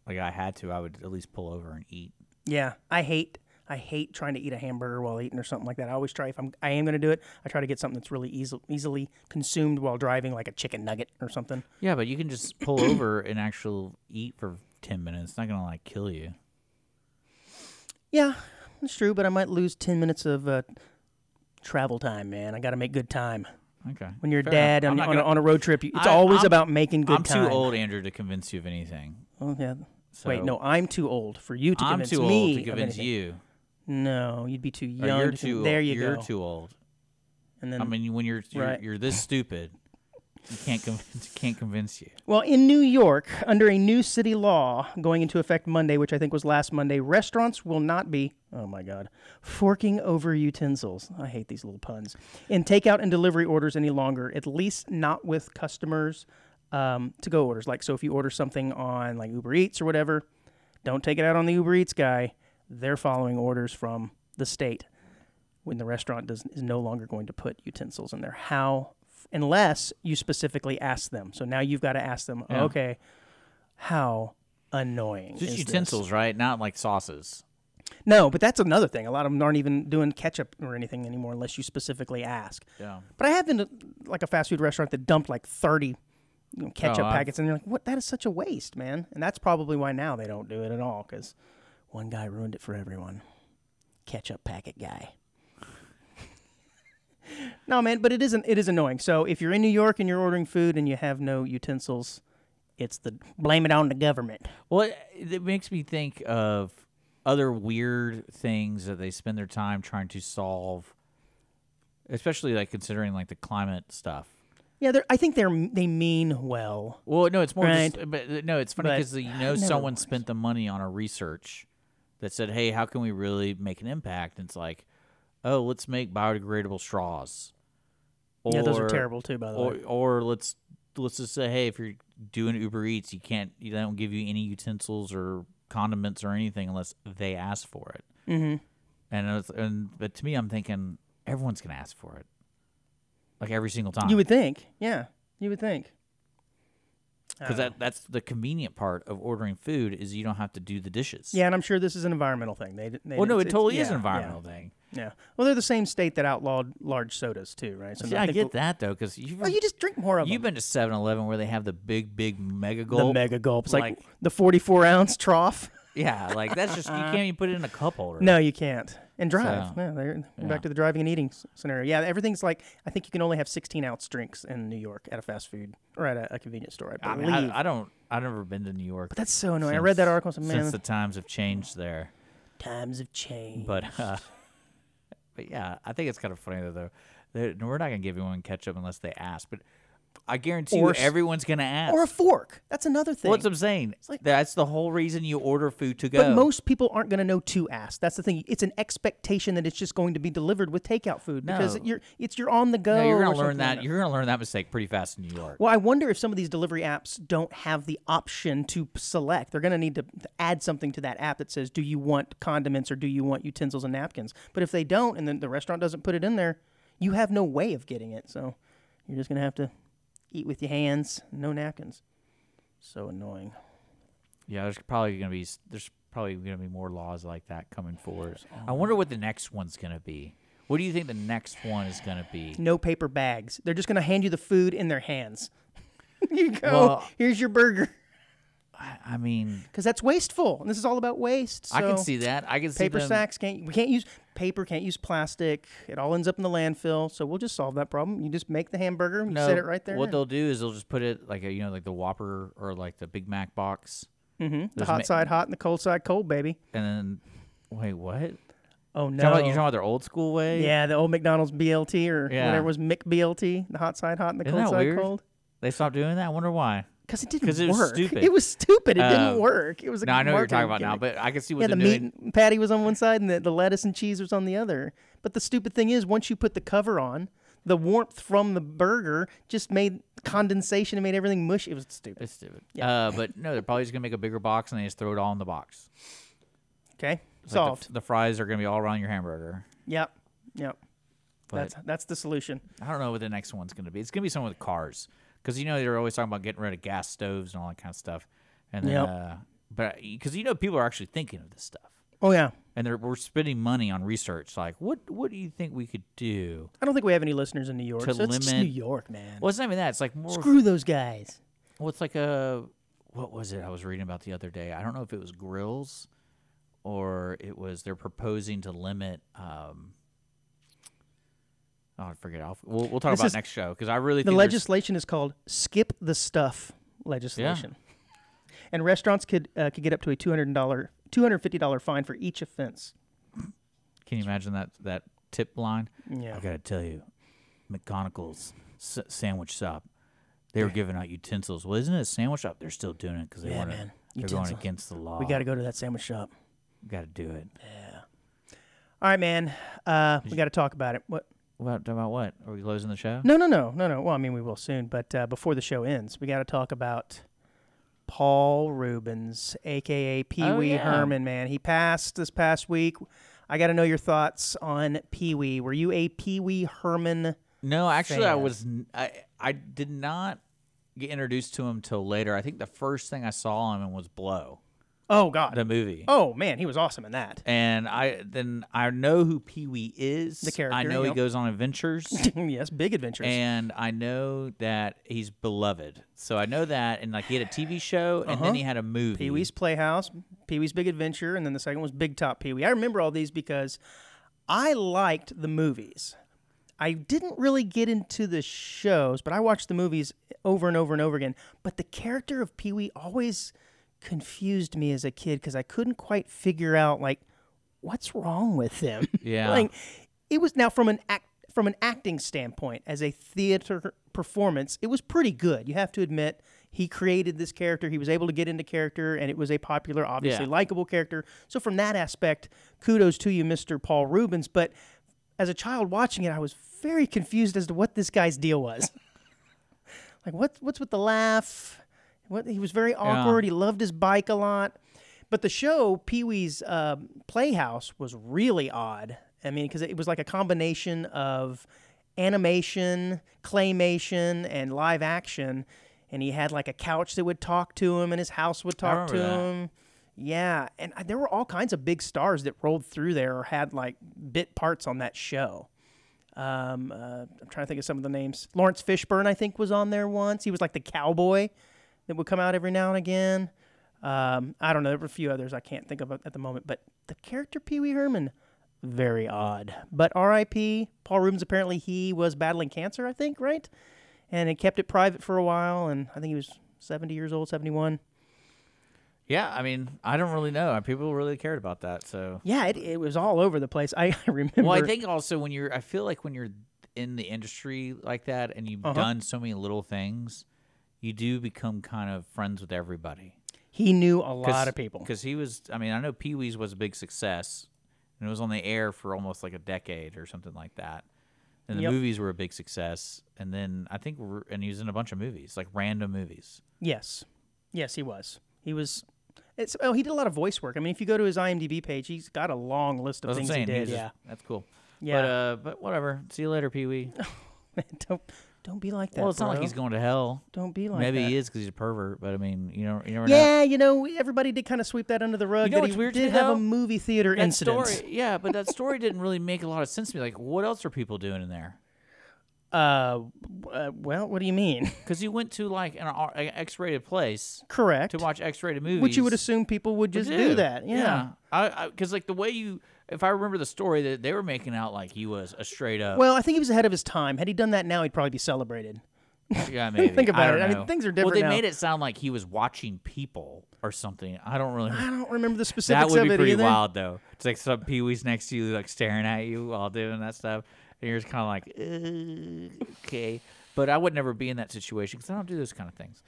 Speaker 2: like, I had to, I would at least pull over and eat.
Speaker 1: Yeah, I hate I hate trying to eat a hamburger while eating or something like that. I always try if I'm I am going to do it, I try to get something that's really easy, easily consumed while driving, like a chicken nugget or something.
Speaker 2: Yeah, but you can just pull over and actually eat for ten minutes. It's not gonna like kill you.
Speaker 1: Yeah, that's true, but I might lose ten minutes of uh, travel time, man. I got to make good time.
Speaker 2: Okay.
Speaker 1: When you're a
Speaker 2: Fair
Speaker 1: dad
Speaker 2: enough. I'm
Speaker 1: on,
Speaker 2: not
Speaker 1: on, a,
Speaker 2: gonna-
Speaker 1: on a road trip, you- it's
Speaker 2: I-
Speaker 1: always
Speaker 2: I'm-
Speaker 1: about making good
Speaker 2: I'm
Speaker 1: time.
Speaker 2: too old, Andrew, to convince you of anything.
Speaker 1: Oh, yeah.
Speaker 2: So
Speaker 1: Wait, no, I'm too old for you to
Speaker 2: I'm
Speaker 1: convince
Speaker 2: too
Speaker 1: me.
Speaker 2: old to
Speaker 1: of
Speaker 2: convince
Speaker 1: anything.
Speaker 2: you.
Speaker 1: No, you'd be too
Speaker 2: Or
Speaker 1: young.
Speaker 2: you're
Speaker 1: to-
Speaker 2: too.
Speaker 1: there you
Speaker 2: you're
Speaker 1: go.
Speaker 2: too old.
Speaker 1: and then
Speaker 2: I mean, when you're you're,
Speaker 1: Right.
Speaker 2: you're this stupid, can't convince can't convince you.
Speaker 1: Well, in New York, under a new city law going into effect Monday, which I think was last Monday, restaurants will not be, oh my God, forking over utensils. I hate these little puns. In takeout and delivery orders any longer, at least not with customers um, to go orders. Like, so if you order something on like Uber Eats or whatever, don't take it out on the Uber Eats guy. They're following orders from the state when the restaurant does, is no longer going to put utensils in there. How, unless you specifically ask them. So now you've got to ask them,
Speaker 2: Yeah.
Speaker 1: okay, how annoying.
Speaker 2: Just
Speaker 1: is this?
Speaker 2: utensils, right? Not like sauces.
Speaker 1: No, but that's another thing. A lot of them aren't even doing ketchup or anything anymore unless you specifically ask.
Speaker 2: Yeah.
Speaker 1: But I have been to like a fast food restaurant that dumped like 30 you know, ketchup
Speaker 2: Oh, I've-
Speaker 1: packets, and you're like, what? That is such a waste, man. And that's probably why now they don't do it at all because one guy ruined it for everyone. Ketchup packet guy. no, man, but it isn't. It is annoying. So if you're in New York and you're ordering food and you have no utensils, it's the blame it on the government.
Speaker 2: Well, it, it makes me think of other weird things that they spend their time trying to solve, especially like considering like the climate stuff.
Speaker 1: Yeah, they're, I think they're they mean well.
Speaker 2: Well, no, it's more.
Speaker 1: Right.
Speaker 2: Just, but uh, no, it's funny
Speaker 1: But
Speaker 2: because you know
Speaker 1: never
Speaker 2: someone
Speaker 1: works.
Speaker 2: spent the money on a research that said, "Hey, how can we really make an impact?" And it's like, "Oh, let's make biodegradable straws." Or,
Speaker 1: yeah, those are terrible too, by the
Speaker 2: Or,
Speaker 1: way.
Speaker 2: or let's let's just say, hey, if you're doing Uber Eats, you can't. You, they don't give you any utensils or condiments or anything unless they ask for it.
Speaker 1: Mm-hmm.
Speaker 2: And it's, and but to me, I'm thinking everyone's gonna ask for it, like every single time.
Speaker 1: You would think, yeah, you would think. I
Speaker 2: because
Speaker 1: don't know.
Speaker 2: that, that's the convenient part of ordering food is you don't have to do the dishes.
Speaker 1: yeah, and I'm sure this is an environmental thing. They, d- they
Speaker 2: Well, no,
Speaker 1: it's-
Speaker 2: it
Speaker 1: it's-
Speaker 2: totally is
Speaker 1: yeah,
Speaker 2: an environmental thing.
Speaker 1: Yeah, yeah. Well, they're the same state that outlawed large sodas too, right?
Speaker 2: See,
Speaker 1: I
Speaker 2: I
Speaker 1: think
Speaker 2: get
Speaker 1: the-
Speaker 2: that though, because you've
Speaker 1: Oh, you just drink more of
Speaker 2: you've
Speaker 1: them.
Speaker 2: been to 7-Eleven where they have the big, big mega
Speaker 1: the
Speaker 2: gulp.
Speaker 1: mega gulps, like,
Speaker 2: like-
Speaker 1: the 44 ounce trough.
Speaker 2: yeah, like that's just you can't even put it in a cup holder.
Speaker 1: Uh-huh. No, you can't. And
Speaker 2: So,
Speaker 1: drive. yeah, they're we're
Speaker 2: yeah.
Speaker 1: back to the driving and eating s- scenario. Yeah, everything's like I think you can only have 16 ounce drinks in New York at a fast food or at a, a convenience store. I
Speaker 2: I,
Speaker 1: believe.
Speaker 2: mean, I, I don't. I've never been to New York.
Speaker 1: but that's so annoying. I read that article. and said, Man,
Speaker 2: since the times have changed there.
Speaker 1: times have changed.
Speaker 2: But uh, but yeah, I think it's kind of funny though. though. They're- We're not gonna give anyone ketchup unless they ask. But I guarantee
Speaker 1: Or
Speaker 2: you,
Speaker 1: s-
Speaker 2: everyone's gonna ask.
Speaker 1: or a fork. That's another thing.
Speaker 2: Uh, What's I'm saying?
Speaker 1: like-
Speaker 2: That's the whole reason you order food to go.
Speaker 1: but most people aren't going to know to ask. That's the thing. It's an expectation that it's just going to be delivered with takeout food because
Speaker 2: No.
Speaker 1: you're it's you're on the go.
Speaker 2: No, you're
Speaker 1: or
Speaker 2: gonna
Speaker 1: something
Speaker 2: learn
Speaker 1: like
Speaker 2: that. You're gonna learn that mistake pretty fast in New York.
Speaker 1: Well, I wonder if some of these delivery apps don't have the option to p- select. They're going to need to add something to that app that says, "Do you want condiments or do you want utensils and napkins?" But if they don't, and then the restaurant doesn't put it in there, you have no way of getting it. So you're just going to have to eat with your hands, no napkins. So annoying.
Speaker 2: Yeah, there's probably gonna be s- there's probably gonna be more laws like that coming forward. I
Speaker 1: oh.
Speaker 2: wonder what the next one's gonna be. What do you think the next one is gonna be?
Speaker 1: no paper bags. They're just going to hand you the food in their hands. you go.
Speaker 2: Well-
Speaker 1: here's your burger.
Speaker 2: I, I mean,
Speaker 1: Because that's wasteful, and this is all about waste.
Speaker 2: I can
Speaker 1: so
Speaker 2: see that. I can see
Speaker 1: paper
Speaker 2: them-
Speaker 1: sacks can't. We can't use paper. Can't use plastic. It all ends up in the landfill. So we'll just solve that problem. You just make the hamburger and you
Speaker 2: No,
Speaker 1: set it right there.
Speaker 2: What
Speaker 1: in.
Speaker 2: they'll do is they'll just put it like a, you know like the Whopper or like the Big Mac box,
Speaker 1: Mhm. the
Speaker 2: those
Speaker 1: hot
Speaker 2: ma-
Speaker 1: side hot and the cold side cold, baby.
Speaker 2: and then wait, what?
Speaker 1: Oh no.
Speaker 2: Talking about, you're talking about their old school way?
Speaker 1: yeah, the old McDonald's BLT or
Speaker 2: Yeah.
Speaker 1: whatever was Mick BLT, the hot side hot and the
Speaker 2: Isn't
Speaker 1: cold
Speaker 2: that
Speaker 1: side
Speaker 2: weird?
Speaker 1: cold.
Speaker 2: They stopped doing that. I wonder why.
Speaker 1: Because it didn't
Speaker 2: 'Cause it was
Speaker 1: work.
Speaker 2: stupid.
Speaker 1: It was stupid. It
Speaker 2: Um,
Speaker 1: didn't work. It was a
Speaker 2: No, I know what you're talking about
Speaker 1: marketing
Speaker 2: now,
Speaker 1: gimmick.
Speaker 2: but I can see what
Speaker 1: Yeah, the
Speaker 2: they're
Speaker 1: meat
Speaker 2: doing.
Speaker 1: and patty was on one side, and the, the lettuce and cheese was on the other. But the stupid thing is, once you put the cover on, the warmth from the burger just made condensation and made everything mush. It was stupid.
Speaker 2: It's stupid. Uh, but no, they're probably just gonna make a bigger box and they just throw it all in the box.
Speaker 1: Okay,
Speaker 2: It's like the f-
Speaker 1: solved.
Speaker 2: the, fries are gonna be all around your hamburger.
Speaker 1: Yep, yep.
Speaker 2: But
Speaker 1: that's that's the solution.
Speaker 2: I don't know what the next one's gonna be. It's gonna be something with cars because you know they're always talking about getting rid of gas stoves and all that kind of stuff. And then,
Speaker 1: Yep.
Speaker 2: uh, but because you know people are actually thinking of this stuff.
Speaker 1: Oh yeah.
Speaker 2: and they're, we're spending money on research. Like, what what do you think we could do?
Speaker 1: I don't think we have any listeners in New York.
Speaker 2: To
Speaker 1: so it's just New
Speaker 2: limit-
Speaker 1: York, man.
Speaker 2: Well, it's not even that. It's like more.
Speaker 1: Screw those guys.
Speaker 2: Well, it's like a what was it I was reading about the other day? I don't know if it was grills or it was they're proposing to limit. Um, oh, I forget. I'll, we'll we'll talk
Speaker 1: This
Speaker 2: about
Speaker 1: is-
Speaker 2: next show because I really
Speaker 1: The
Speaker 2: think there's-
Speaker 1: legislation is called "Skip the Stuff" legislation, and restaurants could uh, could get up to a two hundred dollar, two hundred fifty dollar fine for each offense.
Speaker 2: Can you imagine that that tip line?
Speaker 1: Yeah.
Speaker 2: I gotta tell you, McGonagall's s- sandwich shop. They were giving out utensils. Well, isn't it a sandwich shop? They're still doing it because they
Speaker 1: Yeah,
Speaker 2: want to.
Speaker 1: man.
Speaker 2: They're going
Speaker 1: Utensil.
Speaker 2: against the law.
Speaker 1: We got to go to that sandwich shop.
Speaker 2: got to do it.
Speaker 1: All right, man. Uh, we got to talk about it. What?
Speaker 2: About about what? Are we closing the show?
Speaker 1: No, no, no, no, no. Well, I mean, we will soon, but uh, before the show ends, we got to talk about Paul Rubens, aka Pee Wee
Speaker 2: Oh, yeah.
Speaker 1: Herman. Man, he passed this past week. I got to know your thoughts on Pee Wee. Were you a Pee Wee Herman?
Speaker 2: No, actually, I
Speaker 1: Fan.
Speaker 2: was. n- I I did not get introduced to him till later. I think the first thing I saw him in was Blow,
Speaker 1: Oh God.
Speaker 2: the movie.
Speaker 1: oh man, he was awesome in that.
Speaker 2: And I then I know who Pee Wee is. The I
Speaker 1: character,
Speaker 2: know he
Speaker 1: yep.
Speaker 2: goes on adventures.
Speaker 1: yes, big adventures.
Speaker 2: and I know that he's beloved. So I know that, and like he had a TV show, and
Speaker 1: Uh-huh.
Speaker 2: then he had a movie.
Speaker 1: Pee Wee's Playhouse, Pee Wee's Big Adventure, and then the second was Big Top Pee Wee. I remember all these because I liked the movies. I didn't really get into the shows, but I watched the movies over and over and over again. But the character of Pee Wee always confused me as a kid because I couldn't quite figure out like what's wrong with him.
Speaker 2: Yeah.
Speaker 1: like it was now from an act from an acting standpoint as a theater performance, it was pretty good. You have to admit he created this character. He was able to get into character, and it was a popular, obviously
Speaker 2: Yeah.
Speaker 1: likable character. So from that aspect, kudos to you, Mr. Paul Rubens. But as a child watching it, I was very confused as to what this guy's deal was. like what what's with the laugh? What he was very awkward. He loved his bike a lot. But the show Pee Wee's um Playhouse was really odd. I mean, because it was like a combination of animation, claymation, and live action. And he had like a couch that would talk to him, and his house would talk to
Speaker 2: remember that.
Speaker 1: him. Yeah, and I- there were all kinds of big stars that rolled through there or had like bit parts on that show. Um, uh, I'm trying to think of some of the names. Lawrence Fishburne, I think, was on there once. He was like the cowboy that would come out every now and again. Um, I don't know. There were a few others I can't think of at the moment, but the character Pee Wee Herman, very odd. But R.I.P. Paul Rubens. Apparently, he was battling cancer. I think, right? And he kept it private for a while. And I think he was 70 years old, 71.
Speaker 2: yeah, I mean, I don't really know. People really cared about that, so.
Speaker 1: Yeah, it, it was all over the place. I, I remember.
Speaker 2: Well, I think also when you're, I feel like when you're in the industry like that, and
Speaker 1: Uh-huh.
Speaker 2: you've done so many little things, you do become kind of friends with everybody.
Speaker 1: he knew a lot of people.
Speaker 2: Because he was, I mean, I know Pee Wee's was a big success, and it was on the air for almost like a decade or something like that. And the
Speaker 1: Yep.
Speaker 2: movies were a big success, and then I think, r- and he was in a bunch of movies, like random movies.
Speaker 1: Yes, yes, he was. He was. It's, oh, he did a lot of voice work. I mean, if you go to his IMDb page, he's got a long list of
Speaker 2: That's what I'm
Speaker 1: things
Speaker 2: saying.
Speaker 1: he
Speaker 2: He
Speaker 1: did.
Speaker 2: was just-
Speaker 1: yeah.
Speaker 2: that's cool.
Speaker 1: Yeah.
Speaker 2: But uh, but whatever. See you later, Pee Wee.
Speaker 1: don't don't be like that.
Speaker 2: uh, well, it's not like
Speaker 1: bro.
Speaker 2: he's going to hell.
Speaker 1: Don't be like
Speaker 2: Maybe
Speaker 1: that.
Speaker 2: he is because he's a pervert. But I mean, you know, you never know.
Speaker 1: Yeah, you know, everybody did kind of sweep that under the rug.
Speaker 2: You know
Speaker 1: that
Speaker 2: what's
Speaker 1: he
Speaker 2: weird to
Speaker 1: did
Speaker 2: me,
Speaker 1: have
Speaker 2: though?
Speaker 1: a movie theater
Speaker 2: That
Speaker 1: incident.
Speaker 2: story, yeah, but that story didn't really make a lot of sense to me. Like, what else are people doing in there?
Speaker 1: Uh, w- uh, well, what do you mean?
Speaker 2: Because you went to like an R- an X-rated place
Speaker 1: Correct.
Speaker 2: to watch X-rated movies,
Speaker 1: Which you would assume people would just do that. Yeah.
Speaker 2: I because like the way you, if I remember the story that they were making out, like he was a straight up.
Speaker 1: Well, I think he was ahead of his time. Had he done that now, he'd probably be celebrated.
Speaker 2: yeah, maybe.
Speaker 1: think about
Speaker 2: I don't
Speaker 1: it. I mean,
Speaker 2: know.
Speaker 1: things are
Speaker 2: Well,
Speaker 1: different
Speaker 2: they
Speaker 1: now.
Speaker 2: made it sound like he was watching people or something. I don't really.
Speaker 1: I don't remember the specifics
Speaker 2: That would
Speaker 1: Ah, of
Speaker 2: be
Speaker 1: it
Speaker 2: pretty
Speaker 1: either.
Speaker 2: wild, though. It's like some Pee Wee's next to you, like staring at you while doing that stuff, and you're just kind of like, "Uh, okay. But I would never be in that situation because I don't do those kind of things.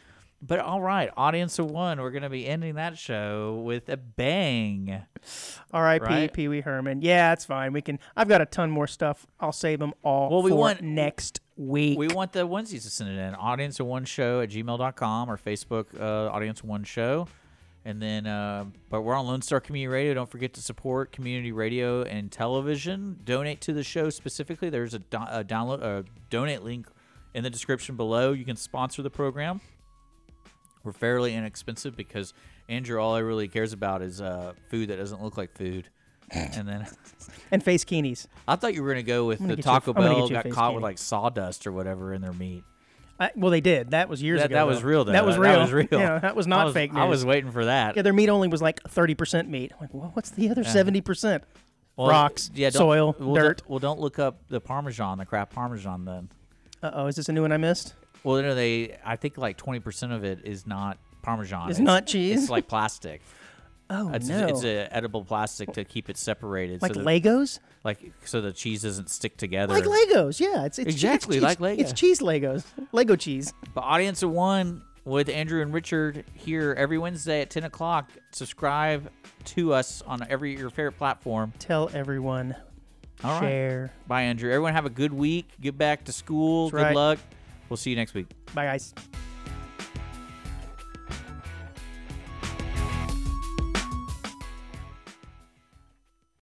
Speaker 2: But all right, audience of one, we're going to be ending that show with a bang.
Speaker 1: R.I.P.
Speaker 2: right?
Speaker 1: Pee Wee Herman. Yeah, that's fine. We can. I've got a ton more stuff. I'll save them all
Speaker 2: Well, we
Speaker 1: for
Speaker 2: want-
Speaker 1: next week.
Speaker 2: We want the onesies to send it in. Audience of one show at gmail.com or Facebook, uh, audience of one show. And then, uh, but we're on Lone Star Community Radio. Don't forget to support community radio and television. Donate to the show specifically. There's a, do- a download, a donate link in the description below. You can sponsor the program. We're fairly inexpensive because Andrew, all I really cares about is uh, food that doesn't look like food. and then
Speaker 1: and face keenies.
Speaker 2: I thought you were gonna go with
Speaker 1: gonna
Speaker 2: the
Speaker 1: get you a-
Speaker 2: Taco
Speaker 1: I'm gonna
Speaker 2: Bell
Speaker 1: get you a
Speaker 2: got
Speaker 1: face
Speaker 2: caught
Speaker 1: candy.
Speaker 2: with like sawdust or whatever in their meat.
Speaker 1: I, well, they did. That was years
Speaker 2: That,
Speaker 1: ago.
Speaker 2: that was
Speaker 1: though.
Speaker 2: real. Though.
Speaker 1: That was real.
Speaker 2: That was real.
Speaker 1: Yeah, that was
Speaker 2: I
Speaker 1: not fake news.
Speaker 2: I was waiting for that.
Speaker 1: Yeah, their meat only was like thirty percent meat. I'm like, well, what's the other seventy percent?
Speaker 2: Well,
Speaker 1: Rocks,
Speaker 2: don't-
Speaker 1: soil,
Speaker 2: well,
Speaker 1: dirt.
Speaker 2: Don't, well, don't look up the Parmesan, the crap Parmesan. Then.
Speaker 1: Uh oh, is this a new one I missed?
Speaker 2: Well, you know they. I think like twenty percent of it is not Parmesan.
Speaker 1: It's not cheese?
Speaker 2: It's like plastic.
Speaker 1: Oh
Speaker 2: It's,
Speaker 1: no!
Speaker 2: it's an edible plastic to keep it separated,
Speaker 1: like
Speaker 2: so that,
Speaker 1: Legos?
Speaker 2: like so the cheese doesn't stick together.
Speaker 1: Like Legos? Yeah, it's, it's it's
Speaker 2: Exactly,
Speaker 1: cheese-
Speaker 2: like Lego.
Speaker 1: It's cheese Legos, Lego cheese.
Speaker 2: But audience of one with Andrew and Richard here every Wednesday at ten o'clock. Subscribe to us on every your favorite platform.
Speaker 1: Tell everyone.
Speaker 2: All right.
Speaker 1: share.
Speaker 2: Bye, Andrew. Everyone have a good week. Get back to school.
Speaker 1: That's
Speaker 2: good
Speaker 1: right.
Speaker 2: luck. We'll see you next week.
Speaker 1: Bye guys.